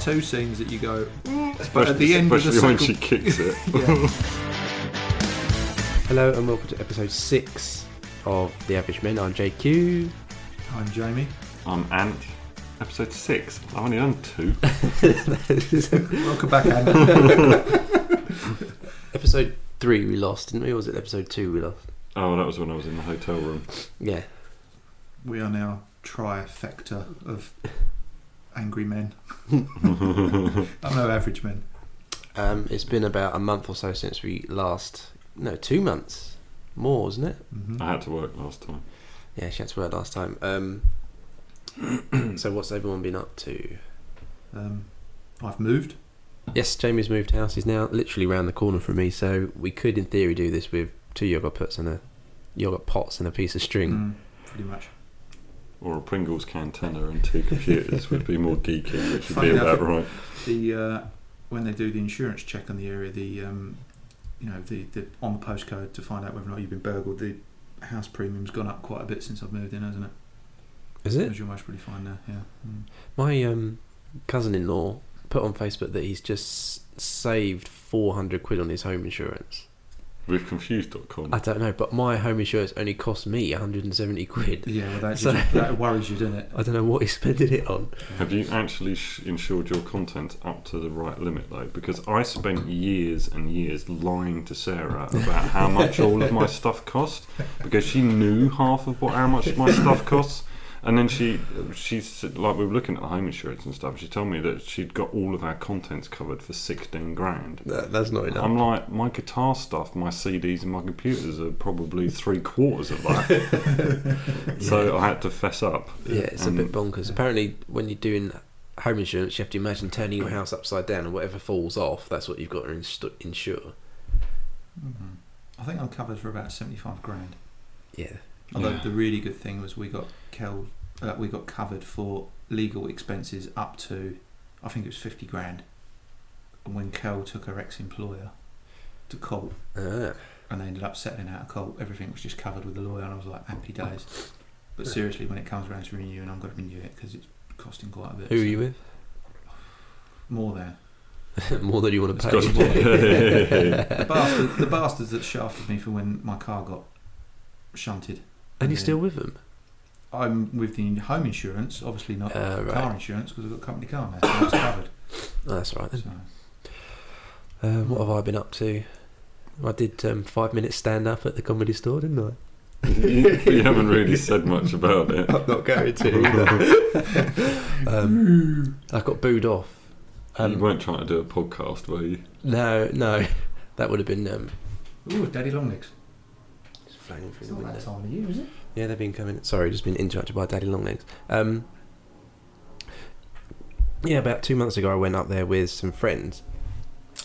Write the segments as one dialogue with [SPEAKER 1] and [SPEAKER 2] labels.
[SPEAKER 1] two scenes that you go, "Mm," but
[SPEAKER 2] Especially,
[SPEAKER 1] at the end of the
[SPEAKER 2] especially when
[SPEAKER 1] second,
[SPEAKER 2] she kicks it.
[SPEAKER 1] Yeah.
[SPEAKER 3] Hello and welcome to episode six of The Average Men. I'm JQ.
[SPEAKER 1] I'm Jamie.
[SPEAKER 2] I'm Ant. Um, Episode six. I've only done two.
[SPEAKER 1] Welcome back, Anna.
[SPEAKER 3] episode three we lost, didn't we? Or was it episode two we lost?
[SPEAKER 2] Oh, that was when I was in the hotel room.
[SPEAKER 3] Yeah.
[SPEAKER 1] we are now trifecta of angry men. I'm no average men.
[SPEAKER 3] Um, it's been about a month or so since we last. No, two months. More, isn't it?
[SPEAKER 1] hmm
[SPEAKER 2] I had to work last time.
[SPEAKER 3] Yeah, she had to work last time. Um, so what's everyone been up to?
[SPEAKER 1] Um, I've moved.
[SPEAKER 3] Yes, Jamie's moved house. He's now literally round the corner from me, so we could, in theory, do this with two yoga pots and a yogurt pots and a piece of string.
[SPEAKER 1] Mm, pretty much.
[SPEAKER 2] Or a Pringles cantina and two computers would be more geeky, which would
[SPEAKER 1] Funny
[SPEAKER 2] be
[SPEAKER 1] enough,
[SPEAKER 2] about right.
[SPEAKER 1] The uh, when they do the insurance check on the area, the um, you know the, the on the postcode to find out whether or not you've been burgled, the house premium's gone up quite a bit since I've moved in, hasn't it?
[SPEAKER 3] Is it?
[SPEAKER 1] As you'll most probably find now. Yeah. Mm.
[SPEAKER 3] My um, cousin-in-law put on Facebook that he's just s- saved 400 quid on his home insurance.
[SPEAKER 2] With confused.com.
[SPEAKER 3] I don't know, but my home insurance only cost me 170 quid.
[SPEAKER 1] Yeah, well, that,
[SPEAKER 3] So-
[SPEAKER 1] just, that worries you, doesn't it?
[SPEAKER 3] I don't know what he's spending it on.
[SPEAKER 2] Have you actually sh- insured your content up to the right limit, though? Because I spent years and years lying to Sarah about how much all of my stuff cost, because she knew half of what how much my stuff costs. And then she, she said, like we were looking at the home insurance and stuff. She told me that she'd got all of our contents covered for sixteen grand.
[SPEAKER 3] That, that's not enough.
[SPEAKER 2] I'm like, my guitar stuff, my CDs, and my computers are probably three quarters of that. so I had to fess up.
[SPEAKER 3] yeah, it's
[SPEAKER 2] Um,
[SPEAKER 3] a bit bonkers. Apparently, when you're doing home insurance, you have to imagine turning your house upside down, and whatever falls off, that's what you've got to inst- insure. Mm-hmm.
[SPEAKER 1] Mhm. I think I'm covered for about seventy-five grand.
[SPEAKER 3] Yeah.
[SPEAKER 1] Although
[SPEAKER 2] Yeah.
[SPEAKER 1] the really good thing was we got kel- uh, we got covered for legal expenses up to, I think it was fifty grand. And when Kel took her ex-employer to court,
[SPEAKER 3] Ah,
[SPEAKER 1] and they ended up settling out of court, everything was just covered with the lawyer, and I was like, happy days. But seriously, when it comes around to renewing, I'm going to renew it because it's costing quite a bit.
[SPEAKER 3] who are
[SPEAKER 1] so-
[SPEAKER 3] you
[SPEAKER 1] More than.
[SPEAKER 3] with? More than you want
[SPEAKER 1] It's
[SPEAKER 3] to pay.
[SPEAKER 2] Because- yeah,
[SPEAKER 1] The, bastard, the bastards that shafted me for when my car got shunted.
[SPEAKER 3] and you're still with them.
[SPEAKER 1] I'm with the home insurance, obviously not
[SPEAKER 3] Uh, right.
[SPEAKER 1] car insurance because I've got a company car now, so it's covered.
[SPEAKER 3] Oh, that's all right. Then.
[SPEAKER 1] So.
[SPEAKER 3] Um, what have I been up to? I did um, five minutes stand up at the comedy store, didn't
[SPEAKER 2] you, you haven't really said much about it.
[SPEAKER 3] I? I'm not going to. um, I got booed off.
[SPEAKER 2] you
[SPEAKER 3] Um,
[SPEAKER 2] weren't trying to do a podcast, were you?
[SPEAKER 3] no, no, that would have been um,
[SPEAKER 1] Ooh, Daddy Longlegs.
[SPEAKER 3] just flying through
[SPEAKER 1] It's
[SPEAKER 3] the
[SPEAKER 1] not that
[SPEAKER 3] window.
[SPEAKER 1] time of year, is it?
[SPEAKER 3] Yeah, they've been coming. Sorry, just been interrupted by Daddy Longlegs. Um, yeah, about two months ago, I went up there with some friends.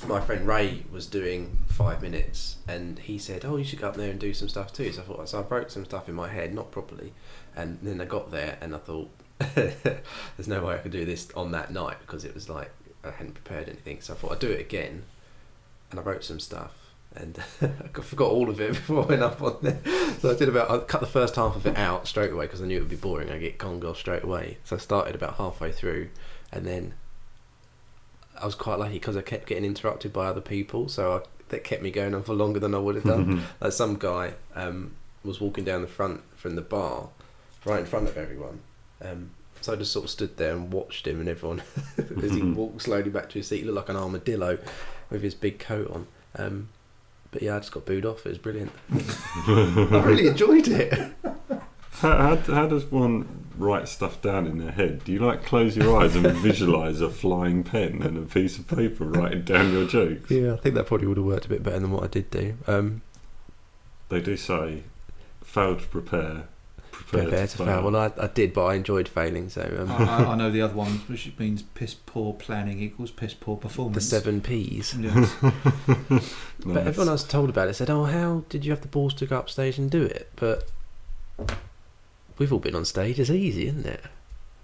[SPEAKER 3] My friend Ray was doing five minutes, and he said, "Oh, you should go up there and do some stuff too." So I thought, so I wrote some stuff in my head, not properly, and then I got there, and I thought, "There's no way I could do this on that night because it was like I hadn't prepared anything." So I thought I'd do it again, and I wrote some stuff, and I forgot all of it before I went up on there. So I did about I cut the first half of it out straight away because I knew it would be boring. I get conned off straight away, so I started about halfway through, and then I was quite lucky because I kept getting interrupted by other people, so I, that kept me going on for longer than I would have done. like some guy um, was walking down the front from the bar, right in front of everyone. Um, so I just sort of stood there and watched him and everyone as he walked slowly back to his seat. He looked like an armadillo with his big coat on. Um, but yeah, I just got booed off. It was brilliant. I really enjoyed it.
[SPEAKER 2] How, how, how does one write stuff down in their head? Do you like close your eyes and visualise a flying pen and a piece of paper writing down your jokes?
[SPEAKER 3] Yeah, I think that probably would have worked a bit better than what I did do. Um,
[SPEAKER 2] They do say, fail to prepare, prepare,
[SPEAKER 3] prepare to fail. Well, I, I did, but I enjoyed failing. So
[SPEAKER 1] I,
[SPEAKER 3] um,
[SPEAKER 1] I, I know the other one, which means piss poor planning equals piss poor performance.
[SPEAKER 3] the seven P's.
[SPEAKER 1] Yes.
[SPEAKER 3] But everyone I was told about it said, "Oh, how did you have the balls to go up stage and do it?" But we've all been on stage. It's easy, isn't it?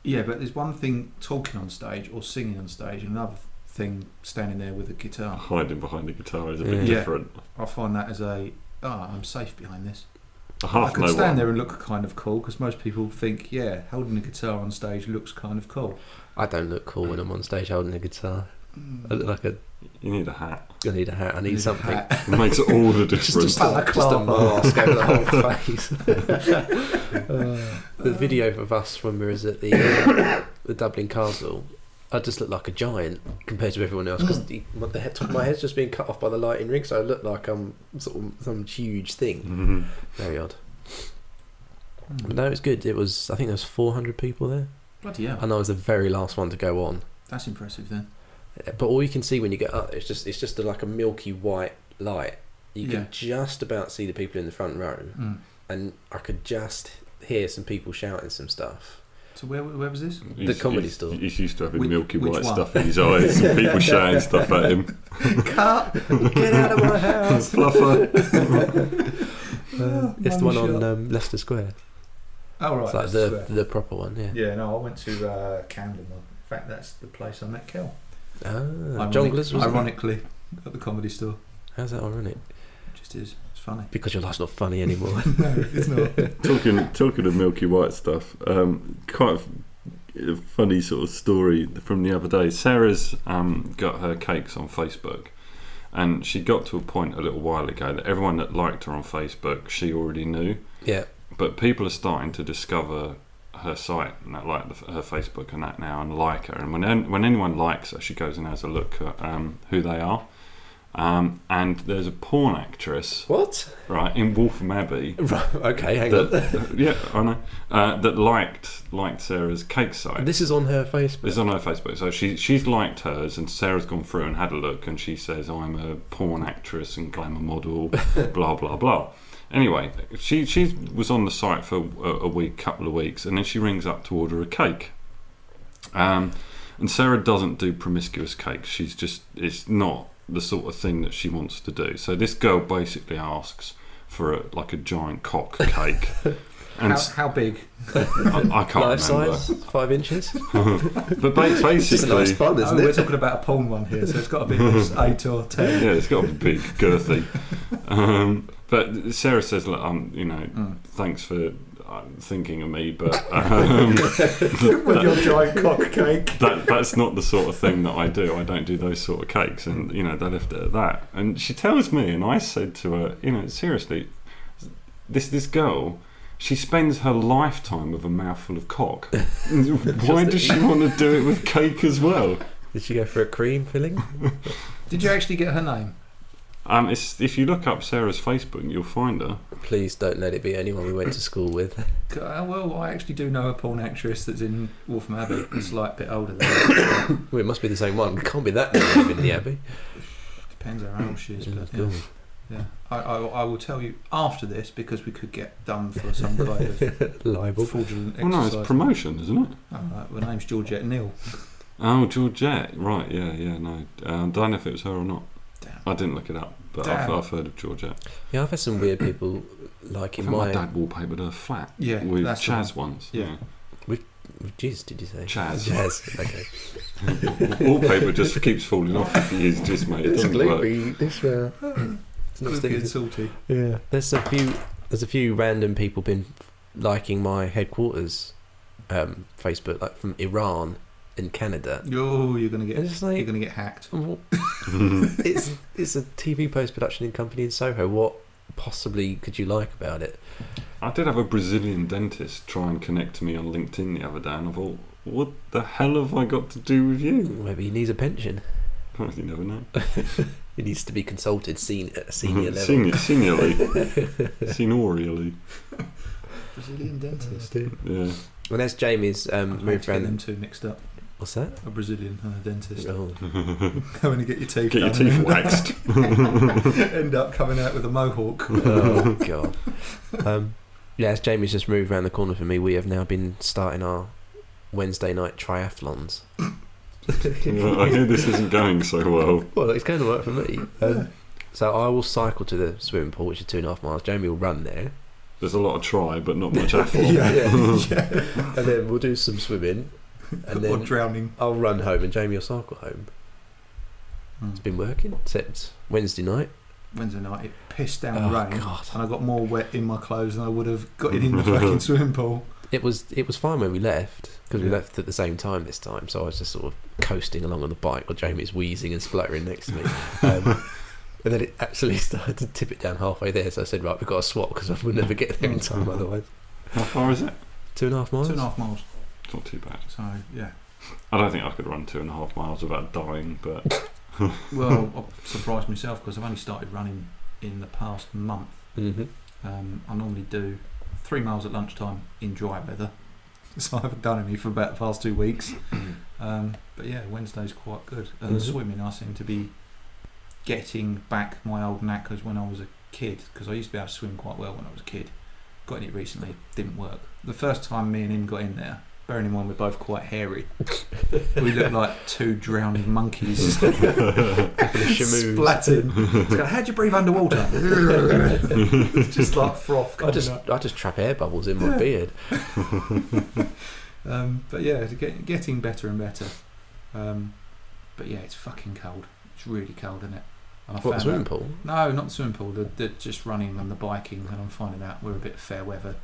[SPEAKER 1] Yeah, but there's one thing talking on stage or singing on stage, and another thing standing there with a
[SPEAKER 2] Uh,
[SPEAKER 1] guitar.
[SPEAKER 2] Hiding behind the guitar is a bit
[SPEAKER 3] Yeah.
[SPEAKER 2] different.
[SPEAKER 1] I find that as a ah, I'm safe behind this.
[SPEAKER 2] A half
[SPEAKER 1] I could
[SPEAKER 2] no
[SPEAKER 1] stand
[SPEAKER 2] one.
[SPEAKER 1] there and look kind of cool because most people think, yeah, holding a guitar on stage looks kind of cool.
[SPEAKER 3] I don't look cool when I'm on stage holding a guitar. I look like a.
[SPEAKER 2] You need a hat.
[SPEAKER 3] I need a hat. I need
[SPEAKER 1] Need a
[SPEAKER 3] something.
[SPEAKER 1] hat.
[SPEAKER 2] It makes all the
[SPEAKER 3] Just a,
[SPEAKER 2] difference.
[SPEAKER 3] just a
[SPEAKER 1] Balaclava.
[SPEAKER 3] mask over the whole face. Uh, the video of us when we was at the uh, the Dublin Castle, I just looked like a giant compared to everyone else because the, my- the head, top of my head's just being cut off by the lighting rig, so I look like I'm sort of some huge thing.
[SPEAKER 2] Mhm.
[SPEAKER 3] Very odd.
[SPEAKER 1] Hmm.
[SPEAKER 3] But no, it's good. It was. I think there was 400 people there,
[SPEAKER 1] Bloody hell.
[SPEAKER 3] and I was the very last one to go on.
[SPEAKER 1] That's impressive then.
[SPEAKER 3] But all you can see when you get up, it's just it's just like a milky white light. You
[SPEAKER 1] Yeah.
[SPEAKER 3] can just about see the people in the front row,
[SPEAKER 1] Mm.
[SPEAKER 3] and I could just hear some people shouting some stuff.
[SPEAKER 1] So where where was this?
[SPEAKER 2] He's-
[SPEAKER 3] comedy
[SPEAKER 2] he's,
[SPEAKER 3] store.
[SPEAKER 2] He's used to having
[SPEAKER 1] Which-
[SPEAKER 2] milky
[SPEAKER 1] which
[SPEAKER 2] white
[SPEAKER 1] one?
[SPEAKER 2] stuff in his eyes and people shouting stuff at him.
[SPEAKER 1] Cut! Get out of my house!
[SPEAKER 2] Fluffer.
[SPEAKER 1] Oh,
[SPEAKER 3] it's the one
[SPEAKER 1] mummy
[SPEAKER 3] on
[SPEAKER 1] shot.
[SPEAKER 3] um, Leicester Square.
[SPEAKER 1] Oh right.
[SPEAKER 3] it's like
[SPEAKER 1] that's
[SPEAKER 3] the
[SPEAKER 1] square.
[SPEAKER 3] the proper one, yeah.
[SPEAKER 1] Yeah, no, I went to uh, Camden. In fact, that's the place I met Kel.
[SPEAKER 3] Ah,
[SPEAKER 1] Ironic-
[SPEAKER 3] jonglers was ironic.
[SPEAKER 1] ironically, at the comedy store.
[SPEAKER 3] How's that ironic?
[SPEAKER 1] It just is. It's funny.
[SPEAKER 3] Because your life's not funny anymore.
[SPEAKER 1] no, it's not.
[SPEAKER 2] talking talking of Milky White stuff, um, quite a f- funny sort of story from the other day. Sarah's um, got her cakes on Facebook, and she got to a point a little while ago that everyone that liked her on Facebook she already knew,
[SPEAKER 3] yeah,
[SPEAKER 2] but people are starting to discover her site and that like the, her Facebook and that now and like her. And when an- when anyone likes her, she goes and has a look at um, who they are. Um, and there's a porn actress,
[SPEAKER 3] what?
[SPEAKER 2] right, in Waltham Abbey
[SPEAKER 3] Right, okay, hang on.
[SPEAKER 2] that, yeah, I know. Uh, that liked liked Sarah's cake site.
[SPEAKER 3] This is on her Facebook.
[SPEAKER 2] It's on her Facebook, so she she's liked hers, and Sarah's gone through and had a look, and she says, "I'm a porn actress and glamour model, blah blah blah." Anyway, she she was on the site for a, a week, couple of weeks, and then she rings up to order a cake. Um, and Sarah doesn't do promiscuous cakes. She's just it's not the sort of thing that she wants to do. So this girl basically asks for a, like a giant cock cake. And
[SPEAKER 1] how,
[SPEAKER 2] s-
[SPEAKER 1] how big?
[SPEAKER 2] I, I can't
[SPEAKER 3] Life
[SPEAKER 2] remember.
[SPEAKER 3] size, five inches.
[SPEAKER 2] But ba-
[SPEAKER 3] It's just a
[SPEAKER 2] basically,
[SPEAKER 3] nice bun,
[SPEAKER 1] Oh,
[SPEAKER 3] isn't
[SPEAKER 1] we're
[SPEAKER 3] it?
[SPEAKER 1] talking about a porn one here, so it's got to be at least eight or ten.
[SPEAKER 2] yeah, it's got to be big, girthy. Um, but Sarah says, "Look, um, you know,
[SPEAKER 1] Mm.
[SPEAKER 2] thanks for uh, thinking of me, but um,
[SPEAKER 1] With your giant cock cake.
[SPEAKER 2] that that's not the sort of thing that I do. I don't do those sort of cakes." And you know, they left it at that. And she tells me, and I said to her, "You know, seriously, this this girl." She spends her lifetime with a mouthful of cock. Why
[SPEAKER 3] Just
[SPEAKER 2] does she want to do it with cake as well?
[SPEAKER 3] Did she go for a cream filling?
[SPEAKER 1] Did you actually get her name?
[SPEAKER 2] Um, it's, if you look up Sarah's Facebook, you'll find her.
[SPEAKER 3] Please don't let it be anyone we went to school with.
[SPEAKER 1] C- uh, Well, I actually do know a porn actress that's in Waltham Abbey, a slight bit older than me.
[SPEAKER 3] Well, it must be the same one. We can't be that many living in the Abbey.
[SPEAKER 1] Depends how old she is,
[SPEAKER 3] Oh,
[SPEAKER 1] but yeah.
[SPEAKER 3] God.
[SPEAKER 1] yeah. I, I, I will tell you after this because we could get done for some kind of
[SPEAKER 3] Libel.
[SPEAKER 1] fraudulent
[SPEAKER 2] Well, Oh, no,
[SPEAKER 1] exercise.
[SPEAKER 2] it's promotion, isn't it?
[SPEAKER 1] All right, well, her name's Georgette Neal.
[SPEAKER 2] Oh, Georgette. Right, yeah, yeah, no. Um, don't know if it was her or not.
[SPEAKER 1] Damn.
[SPEAKER 2] I didn't look it up, but I've,
[SPEAKER 1] Damn.
[SPEAKER 2] I've heard of Georgette.
[SPEAKER 3] Yeah, I've had some weird people like
[SPEAKER 2] I
[SPEAKER 3] in
[SPEAKER 2] think my,
[SPEAKER 3] my.
[SPEAKER 2] dad wallpapered her flat
[SPEAKER 1] Yeah,
[SPEAKER 2] with
[SPEAKER 1] that's the
[SPEAKER 2] Chaz once.
[SPEAKER 1] Yeah.
[SPEAKER 3] Jizz, did you say?
[SPEAKER 2] Chaz.
[SPEAKER 3] Jazz. Okay.
[SPEAKER 2] yeah. Wallpaper just keeps falling off if you use just mate. It doesn't work.
[SPEAKER 3] This uh, it's not
[SPEAKER 1] Good
[SPEAKER 3] sticking.
[SPEAKER 1] and salty.
[SPEAKER 3] Yeah. There's a few. There's a few random people been liking my headquarters um, Facebook, like from Iran and Canada.
[SPEAKER 1] Oh, you're gonna get
[SPEAKER 3] And it's
[SPEAKER 1] you're
[SPEAKER 3] like, um,
[SPEAKER 1] gonna get hacked.
[SPEAKER 3] what- it's it's a TV post production company in Soho. What possibly could you like about it?
[SPEAKER 2] I did have a Brazilian dentist try and connect to me on LinkedIn the other day, and I thought, what the hell have I got to do with
[SPEAKER 1] Hmm.
[SPEAKER 2] you?
[SPEAKER 3] Maybe he needs a pension.
[SPEAKER 2] You never know.
[SPEAKER 3] He needs to be consulted, seen at a senior level.
[SPEAKER 2] Mhm. Senior, seniorly. Seniorially.
[SPEAKER 1] Brazilian dentist.
[SPEAKER 2] Yeah.
[SPEAKER 3] And that's Jamie's
[SPEAKER 1] I'd
[SPEAKER 3] um,
[SPEAKER 1] like
[SPEAKER 3] moved
[SPEAKER 1] to get them
[SPEAKER 3] around.
[SPEAKER 1] two mixed up.
[SPEAKER 3] What's that?
[SPEAKER 1] A Brazilian and a dentist.
[SPEAKER 3] Oh.
[SPEAKER 1] Go in and get your teeth
[SPEAKER 2] Get your
[SPEAKER 1] done and
[SPEAKER 2] teeth
[SPEAKER 1] end up-
[SPEAKER 2] waxed.
[SPEAKER 1] end up coming out with a mohawk.
[SPEAKER 3] oh god. Um, yeah, as Jamie's just moved around the corner for me, we have now been starting our Wednesday night triathlons.
[SPEAKER 2] Yeah, I hear this isn't going so well.
[SPEAKER 3] Well, it's going to work for me.
[SPEAKER 2] Uh,
[SPEAKER 3] Um, so I will cycle to the swimming pool, which is two and a half miles. Jamie will run there.
[SPEAKER 2] There's a lot of try, but not much effort.
[SPEAKER 3] Yeah, yeah.
[SPEAKER 1] yeah.
[SPEAKER 3] and then we'll do some swimming, and
[SPEAKER 1] or
[SPEAKER 3] then
[SPEAKER 1] drowning.
[SPEAKER 3] I'll run
[SPEAKER 2] Hmm.
[SPEAKER 3] home, and Jamie will cycle home. It's been working, except Wednesday night.
[SPEAKER 1] Wednesday night. It pissed down
[SPEAKER 3] oh
[SPEAKER 1] rain,
[SPEAKER 3] god,
[SPEAKER 1] and I got more wet in my clothes than I would have got it in the fucking swimming pool.
[SPEAKER 3] it was it was fine when we left because we
[SPEAKER 1] Yeah.
[SPEAKER 3] left at the same time this time. So I was just sort of coasting along on the bike while Jamie's wheezing and spluttering next to me. Um, And then it actually started to tip it down halfway there, so I said, "Right, we've got to swap because I would never get there in time otherwise."
[SPEAKER 2] How far is it?
[SPEAKER 3] Two and a half miles.
[SPEAKER 1] Two and a half miles.
[SPEAKER 2] It's not too bad.
[SPEAKER 1] So yeah.
[SPEAKER 2] I don't think I could run two and a half miles without dying, but
[SPEAKER 1] Well, I surprised myself because I've only started running in the past month.
[SPEAKER 3] Mm-hmm.
[SPEAKER 1] Um, I normally do three miles at lunchtime in dry weather, so I haven't done any for about the past two weeks. Um, but yeah, Wednesday's quite good. And the
[SPEAKER 3] Mhm.
[SPEAKER 1] swimming, I seem to be getting back my old knack as when I was a kid, because I used to be able to swim quite well when I was a kid. Got in it recently, didn't work. The first time me and him got in there, bearing in mind we're both quite hairy, we looked like two drowning monkeys. Splatting. It's like, How'd you breathe underwater? just like froth.
[SPEAKER 3] I
[SPEAKER 1] coming
[SPEAKER 3] just
[SPEAKER 1] up.
[SPEAKER 3] I just trap air bubbles in my
[SPEAKER 1] Yeah.
[SPEAKER 3] beard.
[SPEAKER 1] Um, but yeah, it's get, getting better and better. Um, but yeah, it's fucking cold. It's really cold, isn't it? And I
[SPEAKER 3] What the
[SPEAKER 1] found
[SPEAKER 3] swimming
[SPEAKER 1] out-
[SPEAKER 3] pool?
[SPEAKER 1] No, not the swimming pool. The, the just running and the biking, and I'm finding out we're a bit fair weather.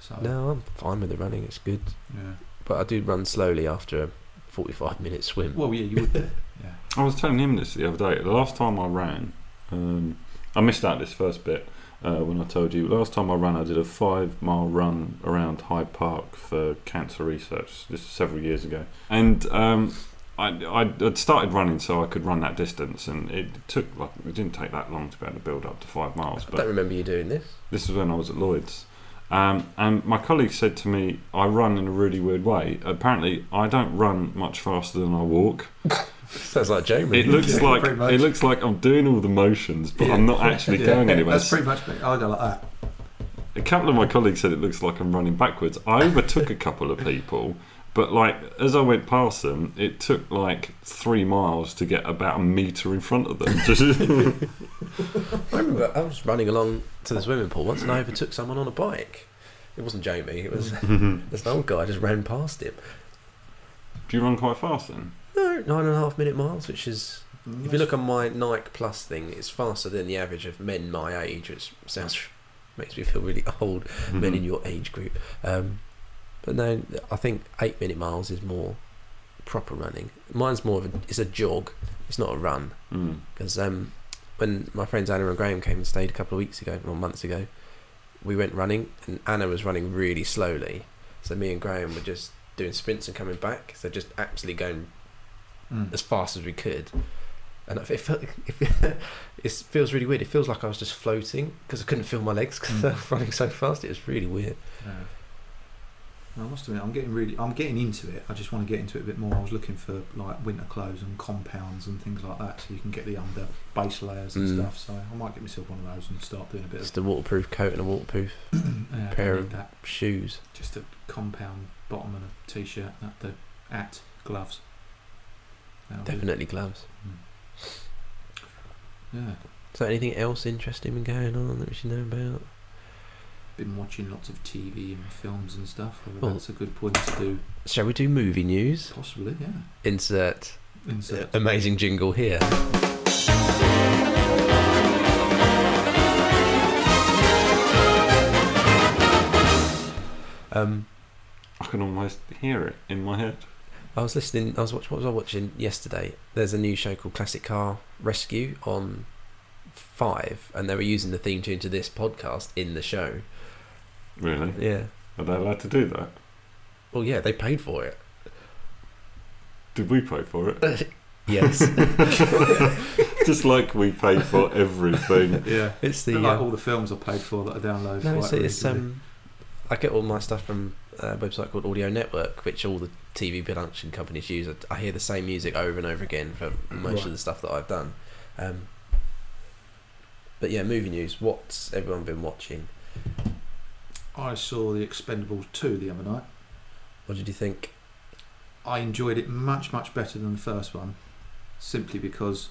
[SPEAKER 1] So
[SPEAKER 3] No, I'm fine with the running. It's good,
[SPEAKER 1] yeah.
[SPEAKER 3] but I do run slowly after a 45 minute swim.
[SPEAKER 1] Well, yeah, you would. do. yeah.
[SPEAKER 2] I was telling him this the other day. The last time I ran, um, I missed out this first bit uh, when I told you. Last time I ran, I did a five mile run around Hyde Park for cancer research. This was several years ago, and um, I, I I'd started running so I could run that distance, and it took like it didn't take that long to be able to build up to five miles.
[SPEAKER 3] I
[SPEAKER 2] But
[SPEAKER 3] don't remember you doing this.
[SPEAKER 2] this is when I was at Lloyd's. Um, and my colleague said to me, I run in a really weird way. Apparently, I don't run much faster than I walk.
[SPEAKER 3] Sounds like Jamie.
[SPEAKER 2] It looks
[SPEAKER 1] Yeah,
[SPEAKER 2] like
[SPEAKER 1] pretty much.
[SPEAKER 2] it looks like I'm doing all the motions, but I'm not actually
[SPEAKER 1] Yeah.
[SPEAKER 2] going anywhere.
[SPEAKER 1] That's pretty much. I go like that.
[SPEAKER 2] a couple of my colleagues said it looks like I'm running backwards. I overtook a couple of people, but like as I went past them, it took like three miles to get about a meter in front of them. Just-
[SPEAKER 3] I remember I was running along to the swimming pool once and I overtook someone on a bike. It wasn't Jamie. It was this old guy. I just ran past him.
[SPEAKER 2] Do you run quite fast then?
[SPEAKER 3] No, nine and a half minute miles, which is if you look on my Nike Plus thing, it's faster than the average of men my age, which sounds makes me feel really old.
[SPEAKER 2] Mm-hmm.
[SPEAKER 3] men in your age group. Um, but no, I think eight minute miles is more proper running. Mine's more of a, it's a jog. It's not a run
[SPEAKER 2] Mm.
[SPEAKER 3] because um, when my friends Anna and Graham came and stayed a couple of weeks ago or months ago, we went running and Anna was running really slowly. So me and Graham were just doing sprints and coming back. So just absolutely going
[SPEAKER 1] Mm.
[SPEAKER 3] as fast as we could. And it felt it, it feels really weird. It feels like I was just floating because I couldn't feel my legs because I was running so fast. It was really weird.
[SPEAKER 1] Yeah. I must admit, I'm getting really, I'm getting into it. I just want to get into it a bit more. I was looking for like winter clothes and compounds and things like that, so you can get the under base layers and
[SPEAKER 3] Mm.
[SPEAKER 1] stuff. So I might get myself one of those and start doing a bit of
[SPEAKER 3] Just a waterproof coat and a waterproof
[SPEAKER 1] yeah, I
[SPEAKER 3] pair
[SPEAKER 1] need
[SPEAKER 3] of-
[SPEAKER 1] that.
[SPEAKER 3] shoes.
[SPEAKER 1] Just a compound bottom and a t-shirt. That the at gloves. That'll do.
[SPEAKER 3] Definitely gloves.
[SPEAKER 1] Yeah,
[SPEAKER 3] Is there anything else interesting been going on that we should know about?
[SPEAKER 1] been watching lots of TV and films and stuff. Whether
[SPEAKER 3] Well-
[SPEAKER 1] that's a good point to do,
[SPEAKER 3] Shall we do movie news?
[SPEAKER 1] possibly. Yeah.
[SPEAKER 3] Insert
[SPEAKER 1] Insert.
[SPEAKER 3] amazing jingle here. Um,
[SPEAKER 2] I can almost hear it in my head.
[SPEAKER 3] I was listening. I was watching. What was I watching yesterday? There's a new show called Classic Car Rescue on Five, and they were using the theme tune to this podcast in the show.
[SPEAKER 2] Really?
[SPEAKER 3] Yeah.
[SPEAKER 2] Are they allowed to do that?
[SPEAKER 3] Well, yeah, they paid for it.
[SPEAKER 2] Did we pay for it?
[SPEAKER 3] Yes.
[SPEAKER 2] Just like we pay for everything.
[SPEAKER 1] yeah.
[SPEAKER 3] it's
[SPEAKER 1] Bit
[SPEAKER 3] the.
[SPEAKER 1] like
[SPEAKER 3] uh,
[SPEAKER 1] all the films I paid for that I download.
[SPEAKER 3] no,
[SPEAKER 1] quite
[SPEAKER 3] it's, it's
[SPEAKER 1] regularly.
[SPEAKER 3] um. I get all my stuff from a website called Audio Network, which all the TV production companies use. I, I hear the same music over and over again for most
[SPEAKER 1] Right.
[SPEAKER 3] of the stuff that I've done. Um, but yeah, movie news. What's everyone been watching?
[SPEAKER 1] I saw The Expendables 2 the other night.
[SPEAKER 3] What did you think?
[SPEAKER 1] I enjoyed it much, much better than the first one, simply because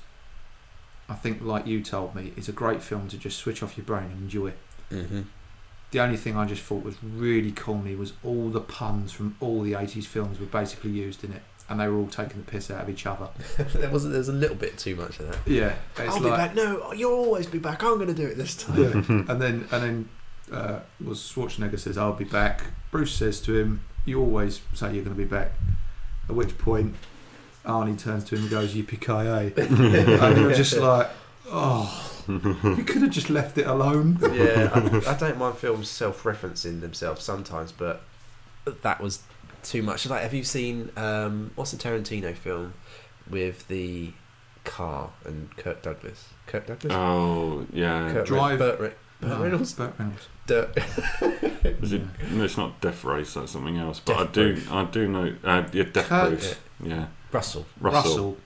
[SPEAKER 1] I think, like you told me, it's a great film to just switch off your brain and enjoy.
[SPEAKER 3] Mm-hmm.
[SPEAKER 1] The only thing I just thought was really corny was all the puns from all the 80s films were basically used in it. and they were all taking the piss out of each other.
[SPEAKER 3] there was there's a little bit too much of that.
[SPEAKER 1] Yeah, it's
[SPEAKER 3] I'll be
[SPEAKER 1] like
[SPEAKER 3] back. No, you'll always be back. I'm going to do it this time.
[SPEAKER 1] yeah. and then and then uh, was Schwarzenegger says I'll be back. Bruce says to him, "You always say you're going to be back." At which point, Arnie turns to him and goes, "Yippee ki And you're just like, "Oh, you could have just left it alone."
[SPEAKER 3] yeah, I, I don't mind films self-referencing themselves sometimes, but that was too much. Like, have you seen um, what's the Tarantino film with the car and Kirk Douglas? Kirk Douglas.
[SPEAKER 2] Oh yeah.
[SPEAKER 3] Kurt
[SPEAKER 1] Drive. Uh-huh.
[SPEAKER 3] Re- Burt, Re- Burt
[SPEAKER 1] No,
[SPEAKER 3] Reynolds.
[SPEAKER 1] Burt Reynolds.
[SPEAKER 3] Dirt.
[SPEAKER 2] Is it,
[SPEAKER 1] Yeah.
[SPEAKER 2] no, it's not Death Race. That's something else. But
[SPEAKER 3] Death
[SPEAKER 2] I do,
[SPEAKER 3] Proof.
[SPEAKER 2] I do know. Uh, yeah, Death
[SPEAKER 1] Kurt-
[SPEAKER 2] Proof. Yeah,
[SPEAKER 3] Russell.
[SPEAKER 2] Russell,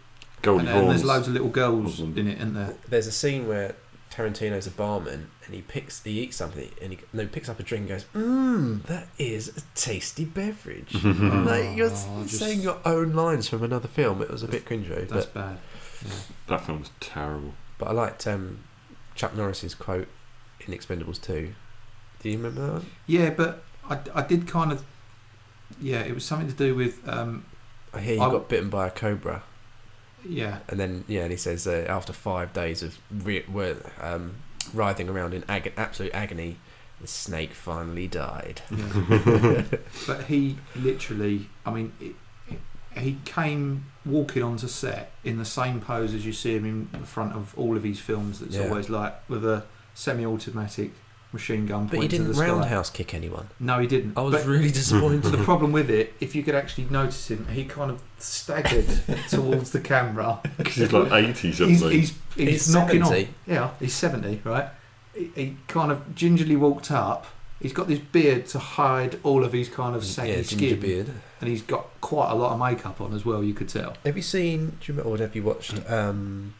[SPEAKER 2] Goldie
[SPEAKER 1] And, and
[SPEAKER 2] Horns.
[SPEAKER 1] there's loads of little girls
[SPEAKER 2] Horns.
[SPEAKER 1] in it, isn't there?
[SPEAKER 3] There's a scene where Tarantino's a barman and he picks he eats something and he no, he picks up a drink and goes, Mmm, that is a tasty beverage. like you're s-
[SPEAKER 1] Oh, just-
[SPEAKER 3] saying your own lines from another film. It was a bit cringy,
[SPEAKER 1] That's
[SPEAKER 3] but,
[SPEAKER 1] bad.
[SPEAKER 2] that film was terrible.
[SPEAKER 3] but I liked um, Chuck Norris's quote in Expendables 2. Do you remember that one?
[SPEAKER 1] Yeah, but I, I did kind of. Yeah, it was something to do with. Um,
[SPEAKER 3] I hear you
[SPEAKER 1] I-
[SPEAKER 3] got bitten by a cobra.
[SPEAKER 1] yeah,
[SPEAKER 3] And then, yeah, and he says uh, after five days of re- wor- um, writhing around in ag- absolute agony, the snake finally died.
[SPEAKER 1] yeah. but he literally. I mean, it, it, he came walking onto set in the same pose as you see him in the front of all of his films. That's
[SPEAKER 3] Yeah.
[SPEAKER 1] always like with a semi-automatic machine gun.
[SPEAKER 3] But he
[SPEAKER 1] pointing to
[SPEAKER 3] didn't
[SPEAKER 1] the sky.
[SPEAKER 3] roundhouse kick anyone.
[SPEAKER 1] No, he didn't.
[SPEAKER 3] I was
[SPEAKER 1] But-
[SPEAKER 3] really
[SPEAKER 1] But
[SPEAKER 3] disappointed.
[SPEAKER 1] the problem with it, if you could actually notice him, he kind of staggered towards the camera.
[SPEAKER 2] 'Cause he's like eighty something.
[SPEAKER 1] He's, he's, he's, knocking on.
[SPEAKER 3] 70.
[SPEAKER 1] Yeah, he's 70, right? He, he kind of gingerly walked up. He's got this beard to hide all of his kind of saggy
[SPEAKER 3] Yeah, ginger
[SPEAKER 1] skin.
[SPEAKER 3] beard.
[SPEAKER 1] And he's got quite a lot of makeup on as well, you could tell.
[SPEAKER 3] Have you seen? Do you remember? Or have you watched? Um,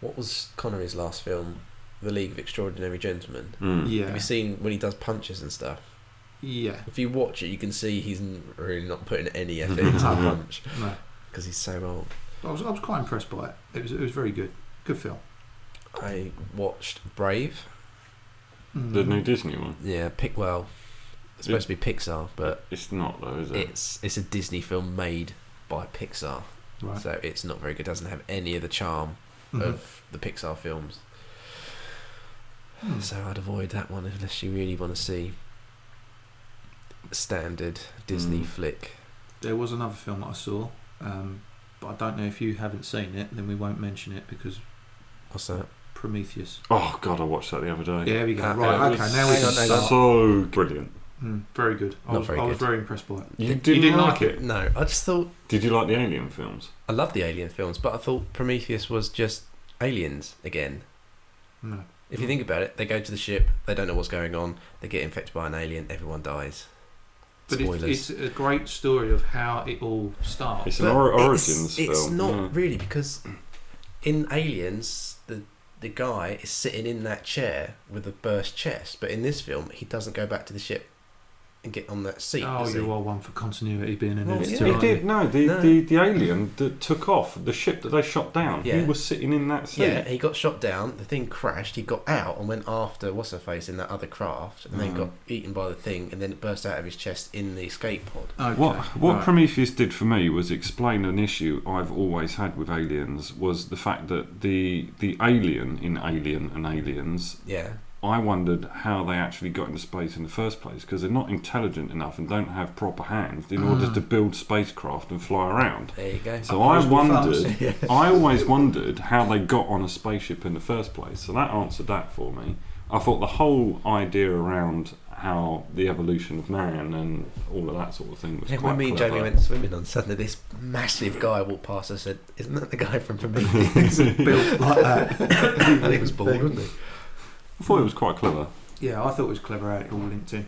[SPEAKER 3] what was Connery's last film? The League of Extraordinary Gentlemen.
[SPEAKER 2] Mm.
[SPEAKER 1] Yeah.
[SPEAKER 3] Have you seen when he does punches and stuff?
[SPEAKER 1] Yeah.
[SPEAKER 3] If you watch it, you can see he's n- really not putting any effort into the
[SPEAKER 1] No.
[SPEAKER 3] punch
[SPEAKER 1] No.
[SPEAKER 3] because he's so old.
[SPEAKER 1] I was, I was quite impressed by it. It was, it was very good. Good film.
[SPEAKER 3] I watched Brave.
[SPEAKER 1] Mm.
[SPEAKER 2] The new Disney one.
[SPEAKER 3] Yeah, pick well. It's supposed to be Pixar, but
[SPEAKER 2] It's not though, is it?
[SPEAKER 3] it's it's a Disney film made by Pixar,
[SPEAKER 1] Right.
[SPEAKER 3] so it's not very good. Doesn't have any of the charm
[SPEAKER 1] Mhm.
[SPEAKER 3] of the Pixar films.
[SPEAKER 1] Hmm.
[SPEAKER 3] So I'd avoid that one unless you really want to see a standard Disney
[SPEAKER 2] Mm.
[SPEAKER 3] flick.
[SPEAKER 1] There was another film that I saw, um, but I don't know if you haven't seen it, then we won't mention it because
[SPEAKER 3] What's that?
[SPEAKER 1] Prometheus.
[SPEAKER 2] Oh god, I watched that the other day.
[SPEAKER 1] There we go.
[SPEAKER 3] Uh,
[SPEAKER 1] right,
[SPEAKER 2] It
[SPEAKER 1] okay,
[SPEAKER 2] was
[SPEAKER 1] now we
[SPEAKER 3] hang
[SPEAKER 1] can
[SPEAKER 3] on, hang
[SPEAKER 1] start.
[SPEAKER 2] So brilliant.
[SPEAKER 1] Mm, very good. I
[SPEAKER 3] Not
[SPEAKER 1] was,
[SPEAKER 3] very
[SPEAKER 1] I was
[SPEAKER 3] good.
[SPEAKER 1] very impressed by it.
[SPEAKER 2] You
[SPEAKER 3] You
[SPEAKER 2] didn't,
[SPEAKER 1] didn't
[SPEAKER 2] like it.
[SPEAKER 3] No, I just thought
[SPEAKER 2] Did you like the Alien films?
[SPEAKER 3] I love the Alien films, but I thought Prometheus was just aliens again.
[SPEAKER 1] No.
[SPEAKER 3] If you
[SPEAKER 2] Mm.
[SPEAKER 3] think about it, they go to the ship, they don't know what's going on, they get infected by an alien, everyone dies.
[SPEAKER 1] But
[SPEAKER 3] Spoilers.
[SPEAKER 1] it's, it's a great story of how it all starts.
[SPEAKER 2] It's an
[SPEAKER 3] But
[SPEAKER 2] or-
[SPEAKER 3] it's-
[SPEAKER 2] origins
[SPEAKER 3] It's
[SPEAKER 2] film. Mm.
[SPEAKER 3] not
[SPEAKER 2] yeah.
[SPEAKER 3] really because in Aliens, the the guy is sitting in that chair with a burst chest, but in this film, he doesn't go back to the ship and get on that seat.
[SPEAKER 1] oh,
[SPEAKER 3] does he?
[SPEAKER 1] you are one for continuity being in
[SPEAKER 3] Well,
[SPEAKER 1] it.
[SPEAKER 3] yeah.
[SPEAKER 1] too,
[SPEAKER 2] He
[SPEAKER 1] aren't
[SPEAKER 2] did.
[SPEAKER 1] you?
[SPEAKER 2] No, the,
[SPEAKER 3] No.
[SPEAKER 2] the the alien that took off the ship that they shot down.
[SPEAKER 3] Yeah.
[SPEAKER 2] He was sitting in that seat.
[SPEAKER 3] Yeah, he got shot down. The thing crashed. He got out and went after what's her face in that other craft, and then
[SPEAKER 2] Mm.
[SPEAKER 3] got eaten by the thing, and then it burst out of his chest in the escape pod.
[SPEAKER 1] Okay,
[SPEAKER 2] What what
[SPEAKER 1] right.
[SPEAKER 2] Prometheus did for me was explain an issue I've always had with aliens was the fact that the the alien in Alien and Aliens
[SPEAKER 3] Yeah,
[SPEAKER 2] I wondered how they actually got into space in the first place because they're not intelligent enough and don't have proper hands in order
[SPEAKER 1] Mm.
[SPEAKER 2] to build spacecraft and fly around.
[SPEAKER 3] there you go.
[SPEAKER 2] So I
[SPEAKER 1] Opposable
[SPEAKER 2] wondered
[SPEAKER 3] yeah.
[SPEAKER 2] I always wondered how they got on a spaceship in the first place, so that answered that for me. I thought the whole idea around how the evolution of man and all of that sort of thing was
[SPEAKER 3] Yeah,
[SPEAKER 2] quite
[SPEAKER 3] when me and
[SPEAKER 2] clever.
[SPEAKER 3] Jamie went swimming on Sunday, this massive guy walked past us and said, Isn't that the guy from Prometheus?
[SPEAKER 1] Built like that.
[SPEAKER 3] and he was bald, wasn't he?
[SPEAKER 2] I
[SPEAKER 3] hmm,
[SPEAKER 2] thought it was quite clever.
[SPEAKER 1] Yeah, I thought it was clever how it all linked in.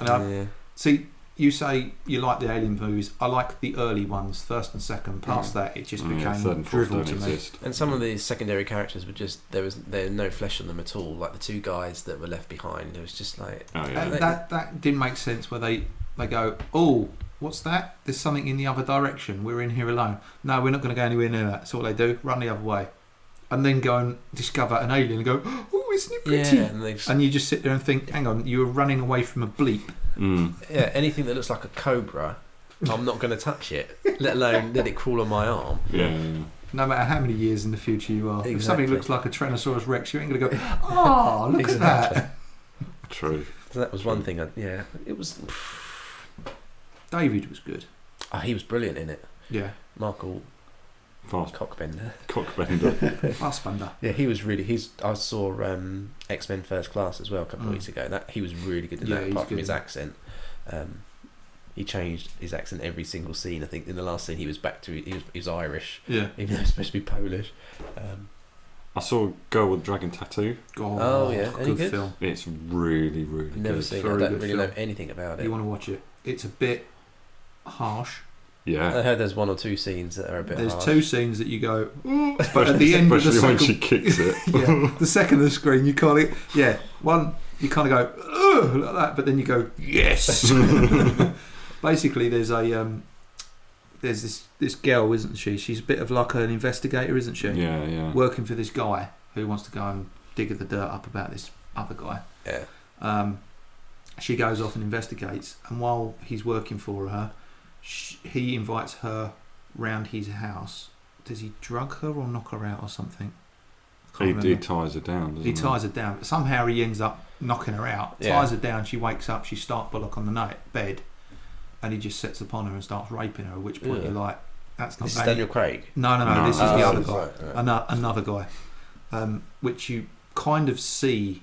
[SPEAKER 1] And uh, I, see, you say you like the Alien movies. I like the early ones, first and second. Past that, it just
[SPEAKER 2] Mm, yeah,
[SPEAKER 1] became
[SPEAKER 2] third and fourth
[SPEAKER 1] drivel
[SPEAKER 2] don't
[SPEAKER 1] to me.
[SPEAKER 2] exist.
[SPEAKER 3] And some of the secondary characters were just there was there was no flesh on them at all. Like the two guys that were left behind, it was just like
[SPEAKER 2] Oh
[SPEAKER 1] Uh,
[SPEAKER 2] yeah,
[SPEAKER 3] They-
[SPEAKER 1] that that didn't make sense. Where they they go, oh, what's that? There's something in the other direction. We're in here alone. No, we're not going to go anywhere near that. That's all they do. Run the other way, and then go and discover an alien and go, oh, isn't it pretty?
[SPEAKER 3] yeah, and they just,
[SPEAKER 1] And you just sit there and think, hang on, you were running away from a bleep.
[SPEAKER 2] mm.
[SPEAKER 3] yeah, anything that looks like a cobra I'm not going to touch it, let alone let it crawl on my arm.
[SPEAKER 2] Yeah.
[SPEAKER 1] No matter how many years in the future you are, if somebody
[SPEAKER 3] Exactly.
[SPEAKER 1] looks like a Tyrannosaurus Rex, you ain't going to go, oh, look at that.
[SPEAKER 2] True.
[SPEAKER 3] So that was one thing. I, yeah, it was.
[SPEAKER 1] David was good.
[SPEAKER 3] Oh, he was brilliant in it.
[SPEAKER 1] Yeah.
[SPEAKER 3] Michael
[SPEAKER 2] Fast
[SPEAKER 3] Cockbender.
[SPEAKER 2] cockbender.
[SPEAKER 1] Fassbender.
[SPEAKER 3] Yeah, he was really. He's. I saw um, X Men First Class as well a couple
[SPEAKER 1] Mm.
[SPEAKER 3] of weeks ago. That he was really good in
[SPEAKER 1] Yeah,
[SPEAKER 3] that.
[SPEAKER 1] he's
[SPEAKER 3] Apart from
[SPEAKER 1] good
[SPEAKER 3] his
[SPEAKER 1] in it.
[SPEAKER 3] accent, um, he changed his accent every single scene. I think in the last scene he was back to he was, he was Irish,
[SPEAKER 1] Yeah.
[SPEAKER 3] even though he's supposed to be Polish. Um,
[SPEAKER 2] I saw Girl with Dragon Tattoo.
[SPEAKER 3] Oh, yeah. Any
[SPEAKER 1] Good
[SPEAKER 3] good?
[SPEAKER 1] film.
[SPEAKER 2] It's really, really
[SPEAKER 3] never
[SPEAKER 2] good.
[SPEAKER 3] seen. it. I
[SPEAKER 1] very
[SPEAKER 3] don't
[SPEAKER 1] good
[SPEAKER 3] really
[SPEAKER 1] film.
[SPEAKER 3] know anything about it.
[SPEAKER 1] You want to watch it. It's a bit harsh.
[SPEAKER 2] Yeah.
[SPEAKER 3] I heard there's one or two scenes that are a bit.
[SPEAKER 1] There's
[SPEAKER 3] harsh.
[SPEAKER 1] two scenes that you go, "Ooh," but at the end of the
[SPEAKER 2] Especially when
[SPEAKER 1] second,
[SPEAKER 2] she kicks it.
[SPEAKER 1] yeah, the second of the screen, you can't. e- Yeah, one you kind of go Ugh, like that, but then you go yes. Basically, there's a um, there's this this girl, isn't she? She's a bit of like an investigator, isn't she?
[SPEAKER 2] Yeah, yeah.
[SPEAKER 1] Working for this guy who wants to go and dig the dirt up about this other guy.
[SPEAKER 3] Yeah.
[SPEAKER 1] Um, she goes off and investigates, and while he's working for her, sh he invites her round his house. Does he drug her or knock her out or something? I
[SPEAKER 2] He,
[SPEAKER 1] can't
[SPEAKER 2] he
[SPEAKER 1] remember.
[SPEAKER 2] ties her down, doesn't
[SPEAKER 1] He ties her down. Somehow he ends up knocking her out.
[SPEAKER 3] Yeah.
[SPEAKER 1] Ties her down. She wakes up. She's stark bullock on the night bed, and he just sets upon her and starts raping her. At which point
[SPEAKER 3] Ugh.
[SPEAKER 1] you're like, "That's not
[SPEAKER 3] This is
[SPEAKER 1] valid.
[SPEAKER 3] Daniel Craig.
[SPEAKER 1] No, no, no,
[SPEAKER 2] No,
[SPEAKER 1] This is
[SPEAKER 2] no,
[SPEAKER 1] the
[SPEAKER 2] this
[SPEAKER 1] other
[SPEAKER 2] is-
[SPEAKER 1] guy. Ano- another guy, um, which you kind of see,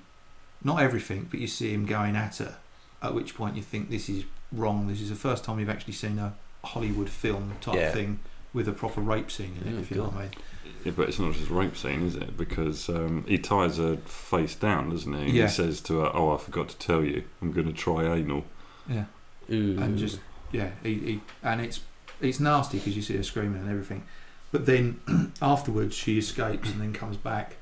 [SPEAKER 1] not everything, but you see him going at her. At which point you think this is wrong. This is the first time you've actually seen a Hollywood film type
[SPEAKER 3] Yeah.
[SPEAKER 1] thing with a proper rape scene in it.
[SPEAKER 3] Oh,
[SPEAKER 1] if you know
[SPEAKER 3] God.
[SPEAKER 1] what I mean?
[SPEAKER 2] Yeah, but it's not just a rape scene, is it? Because um, he ties her face down, doesn't he? And
[SPEAKER 1] Yeah.
[SPEAKER 2] He says to her, "Oh, I forgot to tell you, I'm going to try anal."
[SPEAKER 1] Yeah.
[SPEAKER 3] Ooh.
[SPEAKER 1] and just yeah, he, he and it's it's nasty because you see her screaming and everything, but then afterwards she escapes and then comes back,